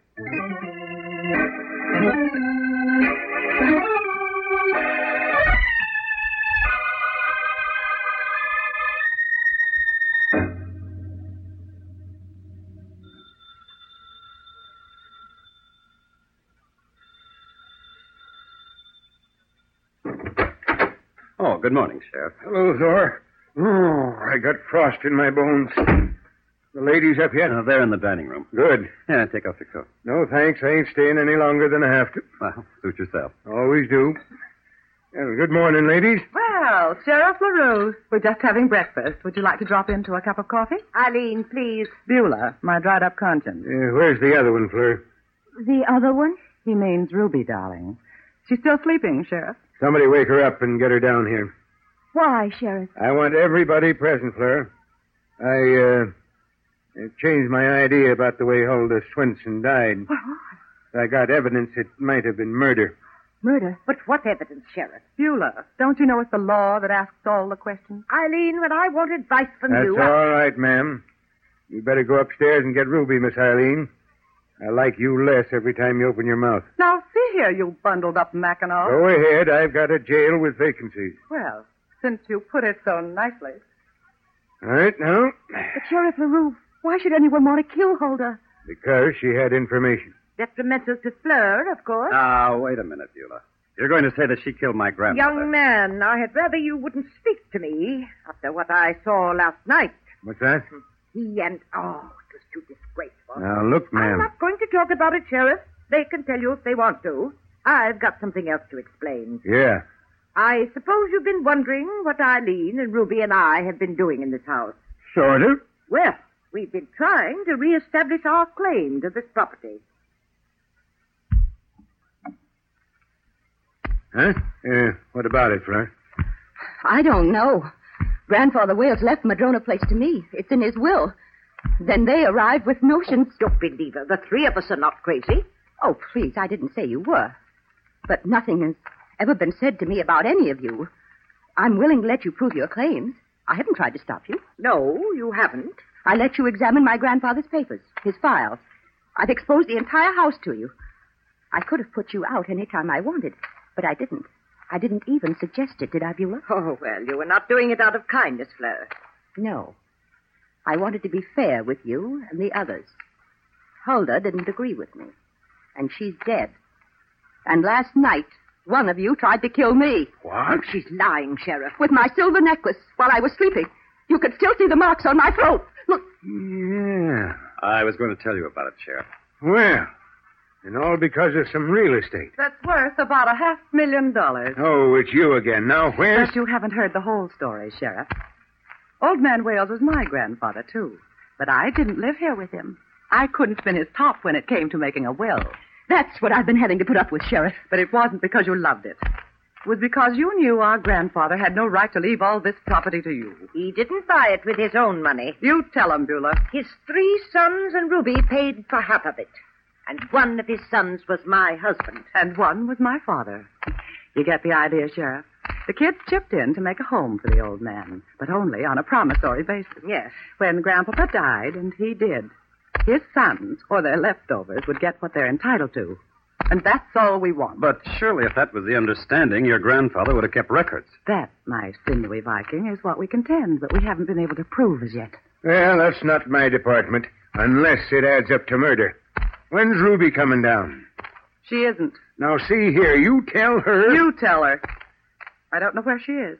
Speaker 12: Oh, good morning, Sheriff.
Speaker 15: Hello, Thor. Oh, I got frost in my bones. The ladies up yet?
Speaker 12: Uh, they're in the dining room.
Speaker 15: Good.
Speaker 12: Yeah, take off your coat.
Speaker 15: No, thanks. I ain't staying any longer than I have to.
Speaker 12: Well, suit yourself.
Speaker 15: Always do. Well, good morning, ladies.
Speaker 11: Well, Sheriff LaRue, we're just having breakfast. Would you like to drop in to a cup of coffee?
Speaker 16: Eileen, please.
Speaker 11: Beulah, my dried up conscience.
Speaker 15: Uh, where's the other one, Fleur?
Speaker 11: The other one? He means Ruby, darling. She's still sleeping, Sheriff.
Speaker 15: Somebody wake her up and get her down here.
Speaker 14: Why, Sheriff?
Speaker 15: I want everybody present, Fleur. I, uh, changed my idea about the way Huldah Swenson died. I got evidence it might have been murder.
Speaker 11: Murder?
Speaker 16: But what evidence, Sheriff?
Speaker 11: Beulah, don't you know it's the law that asks all the questions?
Speaker 16: Eileen, when I want advice from
Speaker 15: That's
Speaker 16: you. I-
Speaker 15: all right, ma'am. You better go upstairs and get Ruby, Miss Eileen. I like you less every time you open your mouth.
Speaker 11: Now, see here, you bundled up Mackinaw.
Speaker 15: Go ahead. I've got a jail with vacancies.
Speaker 11: Well, since you put it so nicely.
Speaker 15: All right now,
Speaker 14: But Sheriff LaRue, why should anyone want to kill Huldah?
Speaker 15: because she had information.
Speaker 16: Detrimental to Fleur, of course.
Speaker 15: Ah,
Speaker 12: Now, Ah, wait a minute, Beulah. You're going to say that she killed my grandmother.
Speaker 16: Young man, I had rather you wouldn't speak to me after what I saw last night.
Speaker 15: What's that?
Speaker 16: He and oh, it was too disgraceful.
Speaker 15: Now look,
Speaker 16: I'm
Speaker 15: ma'am.
Speaker 16: not going to talk about it, Sheriff. They can tell you if they want to. I've got something else to explain.
Speaker 15: Yeah.
Speaker 16: I suppose you've been wondering what Eileen and Ruby and I have been doing in this house.
Speaker 15: Sort of.
Speaker 16: Well, we've been trying to reestablish our claim to this property.
Speaker 15: Huh? Uh, what about it, Fleur?
Speaker 17: I don't know. Grandfather Wales left Madrona Place to me. It's in his will. Then they arrived with notions.
Speaker 16: Don't believe her. The three of us are not crazy.
Speaker 17: Oh, please, I didn't say you were. But nothing has ever been said to me about any of you. I'm willing to let you prove your claims. I haven't tried to stop you.
Speaker 16: No, you haven't.
Speaker 17: I let you examine my grandfather's papers, his files. I've exposed the entire house to you. I could have put you out any time I wanted, but I didn't. I didn't even suggest it, did I, Beulah?
Speaker 16: Oh, well, you were not doing it out of kindness, Fleur.
Speaker 17: No. I wanted to be fair with you and the others. Hulda didn't agree with me, and she's dead. And last night, one of you tried to kill me.
Speaker 12: What?
Speaker 17: She's lying, Sheriff. With my silver necklace while I was sleeping. You could still see the marks on my throat. Look.
Speaker 15: Yeah.
Speaker 12: I was going to tell you about it, Sheriff.
Speaker 15: Well, and all because of some real estate.
Speaker 11: That's worth about a half million dollars.
Speaker 15: Oh, it's you again. Now, where's.
Speaker 11: But you haven't heard the whole story, Sheriff. Old Man Wales was my grandfather, too. But I didn't live here with him. I couldn't spin his top when it came to making a will.
Speaker 17: That's what I've been having to put up with, Sheriff.
Speaker 11: But it wasn't because you loved it. It was because you knew our grandfather had no right to leave all this property to you.
Speaker 16: He didn't buy it with his own money.
Speaker 11: You tell him, Beulah.
Speaker 16: His three sons and Ruby paid for half of it. And one of his sons was my husband.
Speaker 11: And one was my father. You get the idea, Sheriff? The kids chipped in to make a home for the old man, but only on a promissory basis.
Speaker 16: Yes.
Speaker 11: When Grandpapa died, and he did, his sons, or their leftovers, would get what they're entitled to. And that's all we want.
Speaker 12: But surely, if that was the understanding, your grandfather would have kept records.
Speaker 11: That, my sinewy Viking, is what we contend, but we haven't been able to prove as yet.
Speaker 15: Well, that's not my department, unless it adds up to murder. When's Ruby coming down?
Speaker 11: She isn't.
Speaker 15: Now, see here, you tell her.
Speaker 11: You tell her. I don't know where she is.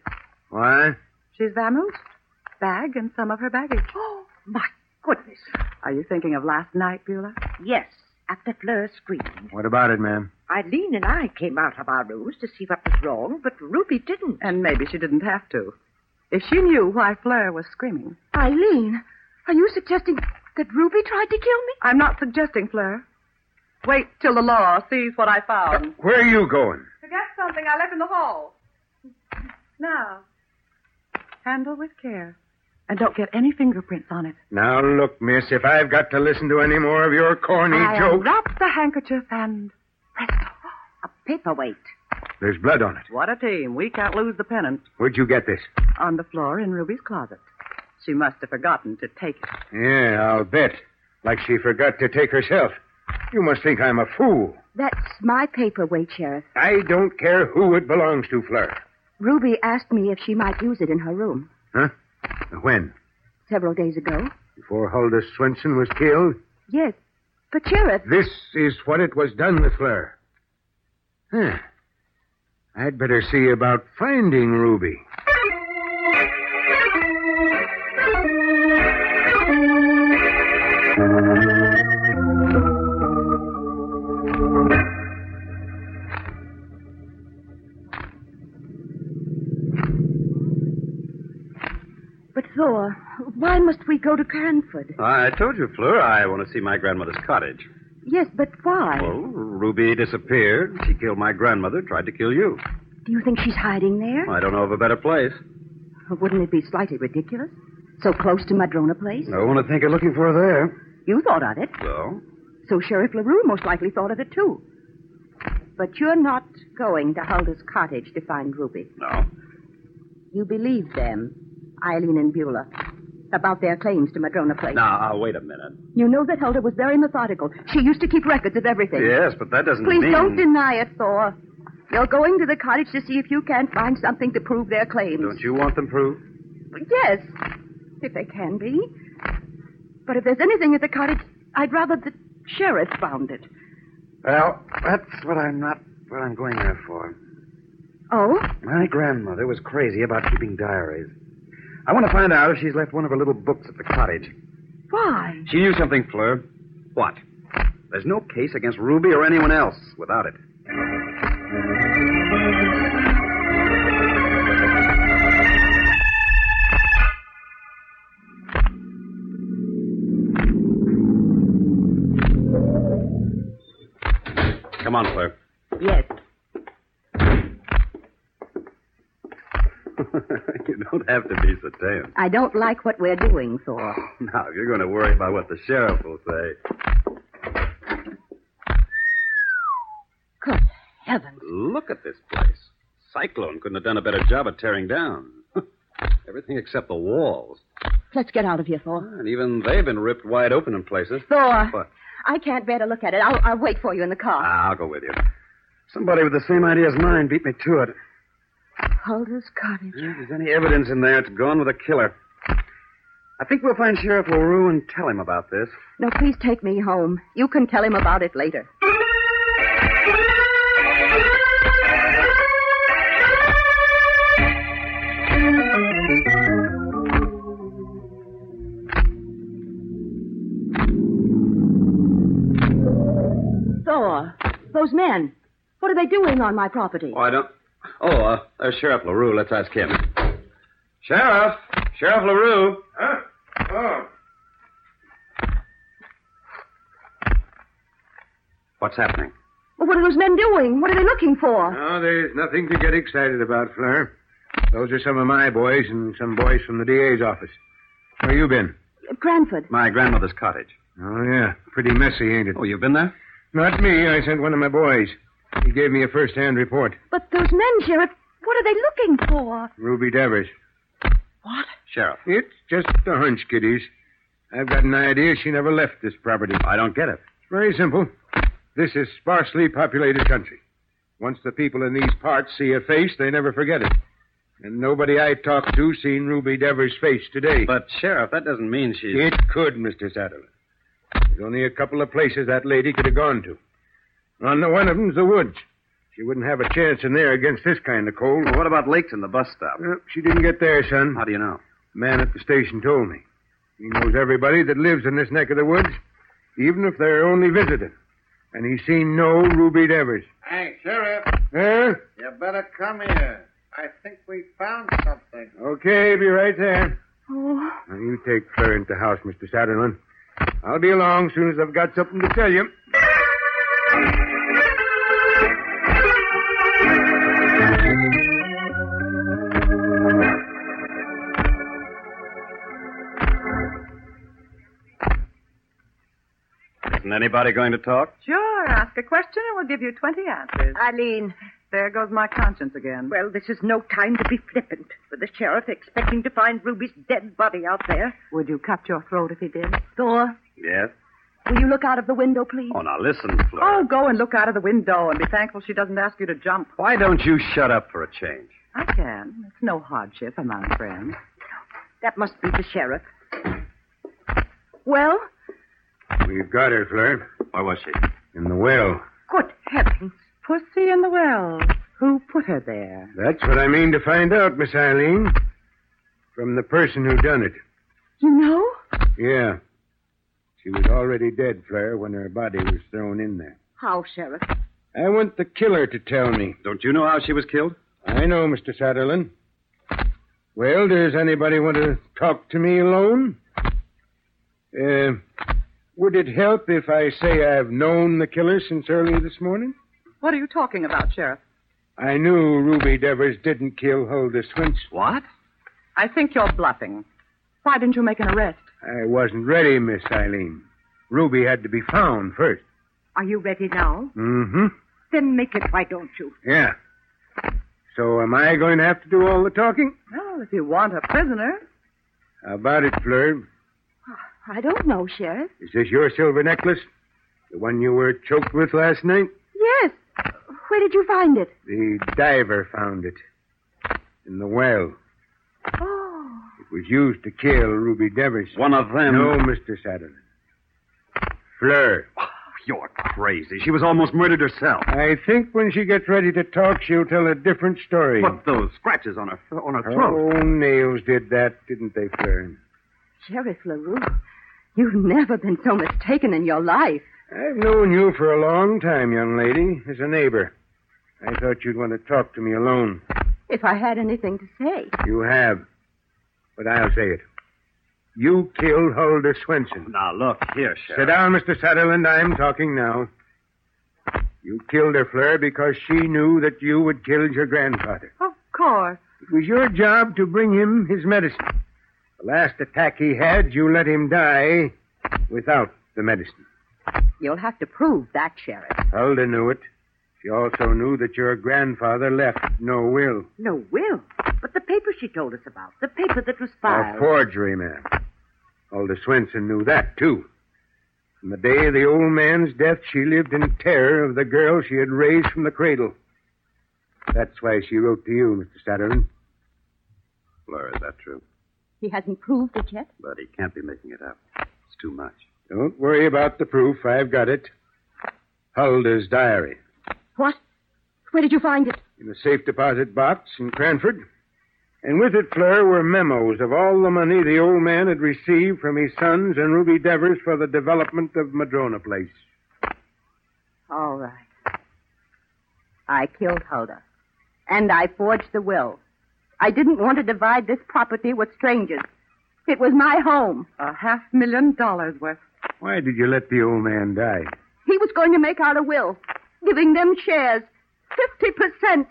Speaker 15: Why?
Speaker 11: She's vamoosed. Bag and some of her baggage. Oh,
Speaker 16: my goodness.
Speaker 11: Are you thinking of last night, Beulah?
Speaker 16: Yes, after Fleur screamed.
Speaker 15: What about it, ma'am?
Speaker 16: Eileen and I came out of our rooms to see what was wrong, but Ruby didn't.
Speaker 11: And maybe she didn't have to. If she knew why Fleur was screaming.
Speaker 17: Eileen, are you suggesting that Ruby tried to kill me?
Speaker 11: I'm not suggesting, Fleur. Wait till the law sees what I found.
Speaker 15: Where are you going?
Speaker 14: To get something I left in the hall. Now,
Speaker 11: handle with care. And don't get any fingerprints on it.
Speaker 15: Now, look, miss, if I've got to listen to any more of your corny
Speaker 11: I
Speaker 15: jokes.
Speaker 11: Wrap the handkerchief and presto.
Speaker 16: A paperweight.
Speaker 15: There's blood on it.
Speaker 11: What a team. We can't lose the pennant.
Speaker 15: Where'd you get this?
Speaker 11: On the floor in Ruby's closet. She must have forgotten to take it.
Speaker 15: Yeah, I'll bet. Like she forgot to take herself. You must think I'm a fool.
Speaker 17: That's my paperweight, Sheriff.
Speaker 15: I don't care who it belongs to, Fleur.
Speaker 17: Ruby asked me if she might use it in her room
Speaker 15: Huh? When?
Speaker 17: several days ago.
Speaker 15: Before Huldah Swenson was killed?
Speaker 17: Yes. But, Sheriff.
Speaker 15: This is what it was done with Fleur. Huh. I'd better see about finding Ruby.
Speaker 17: But, Thor, why must we go to Cranford?
Speaker 12: I told you, Fleur, I want to see my grandmother's cottage.
Speaker 17: Yes, but why?
Speaker 12: Well, Ruby disappeared. She killed my grandmother, tried to kill you.
Speaker 17: Do you think she's hiding there?
Speaker 12: I don't know of a better place.
Speaker 17: Wouldn't it be slightly ridiculous? So close to Madrona Place?
Speaker 12: No one to think of looking for her there.
Speaker 17: You thought of it.
Speaker 12: Well,
Speaker 17: So Sheriff LaRue most likely thought of it, too. But you're not going to Hulda's cottage to find Ruby.
Speaker 12: no.
Speaker 17: You believe them, Eileen and Beulah, about their claims to Madrona Place.
Speaker 12: Now, uh, wait a minute.
Speaker 17: You know that Hulda was very methodical. She used to keep records of everything.
Speaker 12: Yes, but that doesn't
Speaker 17: Please
Speaker 12: mean.
Speaker 17: don't deny it, Thor. You're going to the cottage to see if you can't find something to prove their claims.
Speaker 12: Don't you want them proved?
Speaker 17: Yes, if they can be. But if there's anything at the cottage, I'd rather the sheriff found it.
Speaker 12: Well, that's what I'm not. What I'm going there for.
Speaker 17: Oh?
Speaker 12: My grandmother was crazy about keeping diaries. I want to find out if she's left one of her little books at the cottage.
Speaker 17: Why?
Speaker 12: She knew something, Fleur. What? There's no case against Ruby or anyone else without it. Come on, Fleur.
Speaker 16: Yes.
Speaker 12: you don't have to be so tame.
Speaker 17: I don't like what we're doing, Thor.
Speaker 12: Now, if you're going to worry about what the sheriff will say.
Speaker 17: Good heavens.
Speaker 12: Look at this place.
Speaker 18: Cyclone couldn't have done a better job of tearing down. Everything except the walls.
Speaker 14: Let's get out of here, Thor.
Speaker 18: And even they've been ripped wide open in places.
Speaker 14: Thor.
Speaker 18: But
Speaker 14: I can't bear to look at it. I'll, I'll wait for you in the car.
Speaker 18: I'll go with you.
Speaker 12: Somebody with the same idea as mine beat me to it.
Speaker 14: Hulda's cottage.
Speaker 12: If there's any evidence in there, it's gone with a killer. I think we'll find Sheriff LaRue and tell him about this.
Speaker 14: No, please take me home. You can tell him about it later. Thor, those men. What are they doing on my property?
Speaker 18: Oh, I don't. Oh, uh, there's Sheriff LaRue. Let's ask him. Sheriff! Sheriff LaRue!
Speaker 19: Huh? Oh,
Speaker 18: What's happening?
Speaker 14: Well, what are those men doing? What are they looking for?
Speaker 15: No, there's nothing to get excited about, Fleur. Those are some of my boys and some boys from the DA's office. Where you been?
Speaker 14: Cranford.
Speaker 18: My grandmother's cottage.
Speaker 15: Oh, yeah. Pretty messy, ain't it?
Speaker 18: Oh, you've been there?
Speaker 15: Not me. I sent one of my boys. He gave me a first-hand report.
Speaker 14: But those men, Sheriff, what are they looking for?
Speaker 15: Ruby Devers.
Speaker 14: What?
Speaker 18: Sheriff.
Speaker 15: It's just a hunch, kiddies. I've got an idea she never left this property.
Speaker 18: I don't get it.
Speaker 15: Very simple. This is sparsely populated country. Once the people in these parts see a face, they never forget it. And nobody I talked to seen Ruby Devers' face today.
Speaker 18: But, Sheriff, that doesn't mean she.
Speaker 15: It could, Mr. Satterley. There's only a couple of places that lady could have gone to. On the one of them's the woods. She wouldn't have a chance in there against this kind of cold.
Speaker 18: Well, what about Lakes and the bus stop?
Speaker 15: Well, she didn't get there, son.
Speaker 18: How do you know?
Speaker 15: Man at the station told me. He knows everybody that lives in this neck of the woods, even if they're only visiting. And he's seen no Ruby Devers.
Speaker 19: Hey, Sheriff,
Speaker 15: Huh?
Speaker 19: you better come here. I think we found something.
Speaker 15: Okay, be right there.
Speaker 14: Oh,
Speaker 15: Now, you take Claire into the house, Mr. Satterlin. I'll be along as soon as I've got something to tell you.
Speaker 18: Isn't anybody going to talk?
Speaker 11: Sure. Ask a question and we'll give you 20 answers.
Speaker 16: Eileen.
Speaker 11: There goes my conscience again.
Speaker 16: Well, this is no time to be flippant, with the sheriff expecting to find Ruby's dead body out there.
Speaker 11: Would you cut your throat if he did?
Speaker 14: Thor,
Speaker 18: Yes.
Speaker 14: will you look out of the window, please?
Speaker 18: Oh, now listen, Fleur.
Speaker 11: Oh, go and look out of the window and be thankful she doesn't ask you to jump.
Speaker 18: Why don't you shut up for a change?
Speaker 11: I can. It's no hardship among friends.
Speaker 16: That must be the sheriff.
Speaker 14: Well,
Speaker 15: We've got her, Fleur.
Speaker 18: Where was she?
Speaker 15: In the well.
Speaker 16: Good heavens.
Speaker 11: Pussy in the well. Who put her there?
Speaker 15: That's what I mean to find out, Miss Eileen. From the person who done it.
Speaker 14: You know?
Speaker 15: Yeah. She was already dead, Fleur, when her body was thrown in there.
Speaker 16: How, Sheriff?
Speaker 15: I want the killer to tell me.
Speaker 18: Don't you know how she was killed?
Speaker 15: I know, Mr. Satterlin. Well, does anybody want to talk to me alone? Uh, would it help if I say I've known the killer since early this morning?
Speaker 11: What are you talking about, Sheriff?
Speaker 15: I knew Ruby Devers didn't kill Hulda Swenson.
Speaker 18: What?
Speaker 11: I think you're bluffing. Why didn't you make an arrest?
Speaker 15: I wasn't ready, Miss Eileen. Ruby had to be found first.
Speaker 16: Are you ready now?
Speaker 15: Mm-hmm.
Speaker 16: Then make it, why don't you?
Speaker 15: Yeah. So am I going to have to do all the talking?
Speaker 11: Well, if you want a prisoner.
Speaker 15: How about it, Fleur?
Speaker 14: I don't know, Sheriff.
Speaker 15: Is this your silver necklace? The one you were choked with last night?
Speaker 14: Yes. Where did you find it?
Speaker 15: The diver found it. In the well.
Speaker 14: Oh,
Speaker 15: It was used to kill Ruby Devers.
Speaker 18: One of them.
Speaker 15: No, Mr. Satterlin. Fleur.
Speaker 18: Ah, You're crazy. She was almost murdered herself.
Speaker 15: I think when she gets ready to talk, she'll tell a different story.
Speaker 18: What those scratches on her Oh. on her
Speaker 15: Her
Speaker 18: throat?
Speaker 15: own nails did that, didn't they, Fleur?
Speaker 14: Sheriff LaRue, you've never been so mistaken in your life.
Speaker 15: I've known you for a long time, young lady, as a neighbor. I thought you'd want to talk to me alone.
Speaker 14: If I had anything to say.
Speaker 15: You have. But I'll say it. You killed Huldah Swenson.
Speaker 18: Now look here,
Speaker 15: Sit
Speaker 18: Sheriff.
Speaker 15: down, Mr. Sutherland. I'm talking now. You killed her, Fleur, because she knew that you would kill your grandfather.
Speaker 11: Of course.
Speaker 15: It was your job to bring him his medicine. The last attack he had, you let him die without the medicine.
Speaker 14: You'll have to prove that, Sheriff.
Speaker 15: Hulda knew it. She also knew that your grandfather left no will.
Speaker 16: No will. But the paper she told us about, the paper that was filed.
Speaker 15: A forgery, man. Alda Swenson knew that, too. On the day of the old man's death, she lived in terror of the girl she had raised from the cradle. That's why she wrote to you, Mr. Satterlin.
Speaker 18: Laura, is that true?
Speaker 17: He hasn't proved it yet.
Speaker 18: But he can't be making it up. It's too much.
Speaker 15: Don't worry about the proof. I've got it. Hulda's diary.
Speaker 17: What? Where did you find it?
Speaker 15: in a safe deposit box in Cranford. And with it, Fleur, were memos of all the money the old man had received from his sons and Ruby Devers for the development of Madrona Place.
Speaker 17: All right. I killed Hulda. And I forged the will. I didn't want to divide this property with strangers. It was my home.
Speaker 11: A half million dollars worth.
Speaker 15: Why did you let the old man die?
Speaker 17: He was going to make out a will, giving them shares, 50%.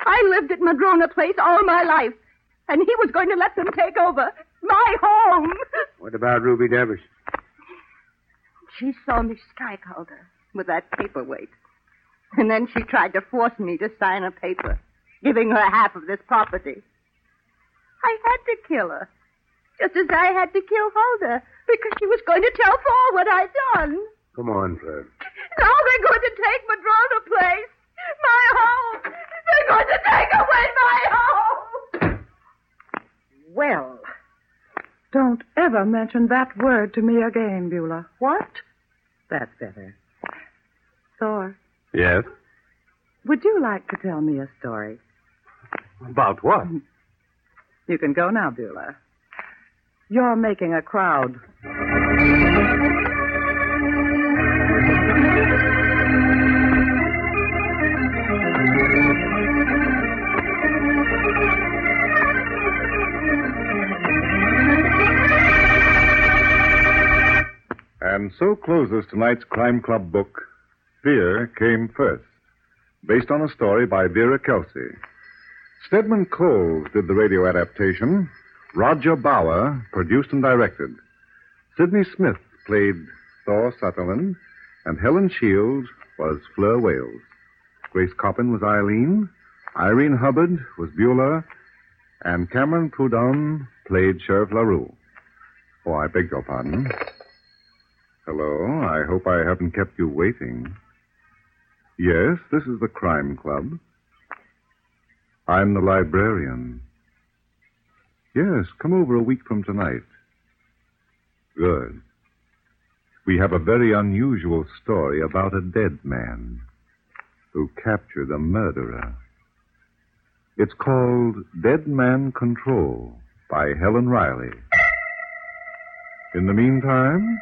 Speaker 17: I lived at Madrona Place all my life, and he was going to let them take over my home.
Speaker 15: What about Ruby Devers?
Speaker 17: She saw me strike Hulda with that paperweight. And then she tried to force me to sign a paper, giving her half of this property. I had to kill her, just as I had to kill Hulda, because she was going to tell Paul what I'd done.
Speaker 15: Come on, Fleur.
Speaker 4: Now they're going to take Madrona place. My home. They're going to take away my home.
Speaker 11: Well.
Speaker 16: Oh.
Speaker 11: Don't ever mention that word to me again, Beulah. What? That's better. Thor,
Speaker 18: Yes?
Speaker 11: would you like to tell me a story?
Speaker 18: About what?
Speaker 11: You can go now, Beulah. You're making a crowd.
Speaker 10: And so closes tonight's Crime Club book, Fear Came First, based on a story by Vera Kelsey. Stedman Coles did the radio adaptation. Roger Bauer produced and directed. Sidney Smith played Thor Sutherland, and Helen Shields was Fleur Wales. Grace Coppin was Eileen, Irene Hubbard was Bueller, and Cameron Proudhon played Sheriff LaRue. Oh, I beg your pardon. Hello. I hope I haven't kept you waiting. Yes, this is the Crime Club. I'm the librarian. Yes, come over a week from tonight. Good. We have a very unusual story about a dead man who captured a murderer. It's called Dead Man Control by Helen Riley. In the meantime,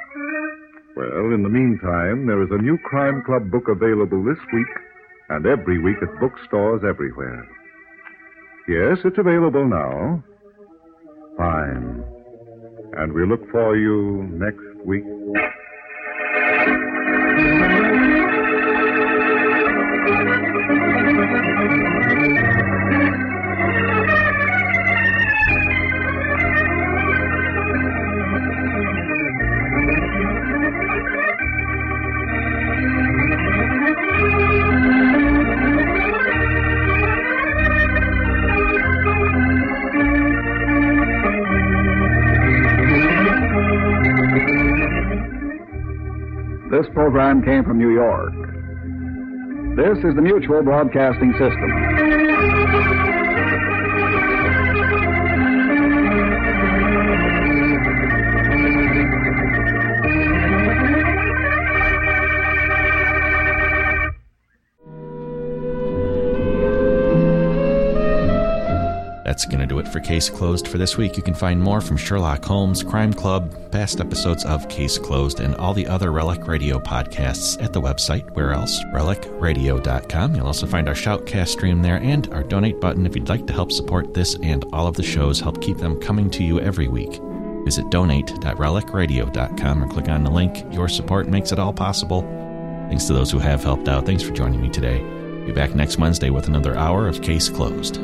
Speaker 10: well, in the meantime, there is a new Crime Club book available this week and every week at bookstores everywhere. Yes, it's available now. Fine. And we look for you next week.
Speaker 20: This program came from New York. This is the Mutual Broadcasting System.
Speaker 1: That's going to do it for Case Closed for this week. You can find more from Sherlock Holmes, Crime Club, past episodes of Case Closed, and all the other Relic Radio podcasts at the website. Where else? RelicRadio.com. You'll also find our Shoutcast stream there and our donate button if you'd like to help support this and all of the shows, help keep them coming to you every week. Visit donate.relicradio.com or click on the link. Your support makes it all possible. Thanks to those who have helped out. Thanks for joining me today. Be back next Wednesday with another hour of Case Closed.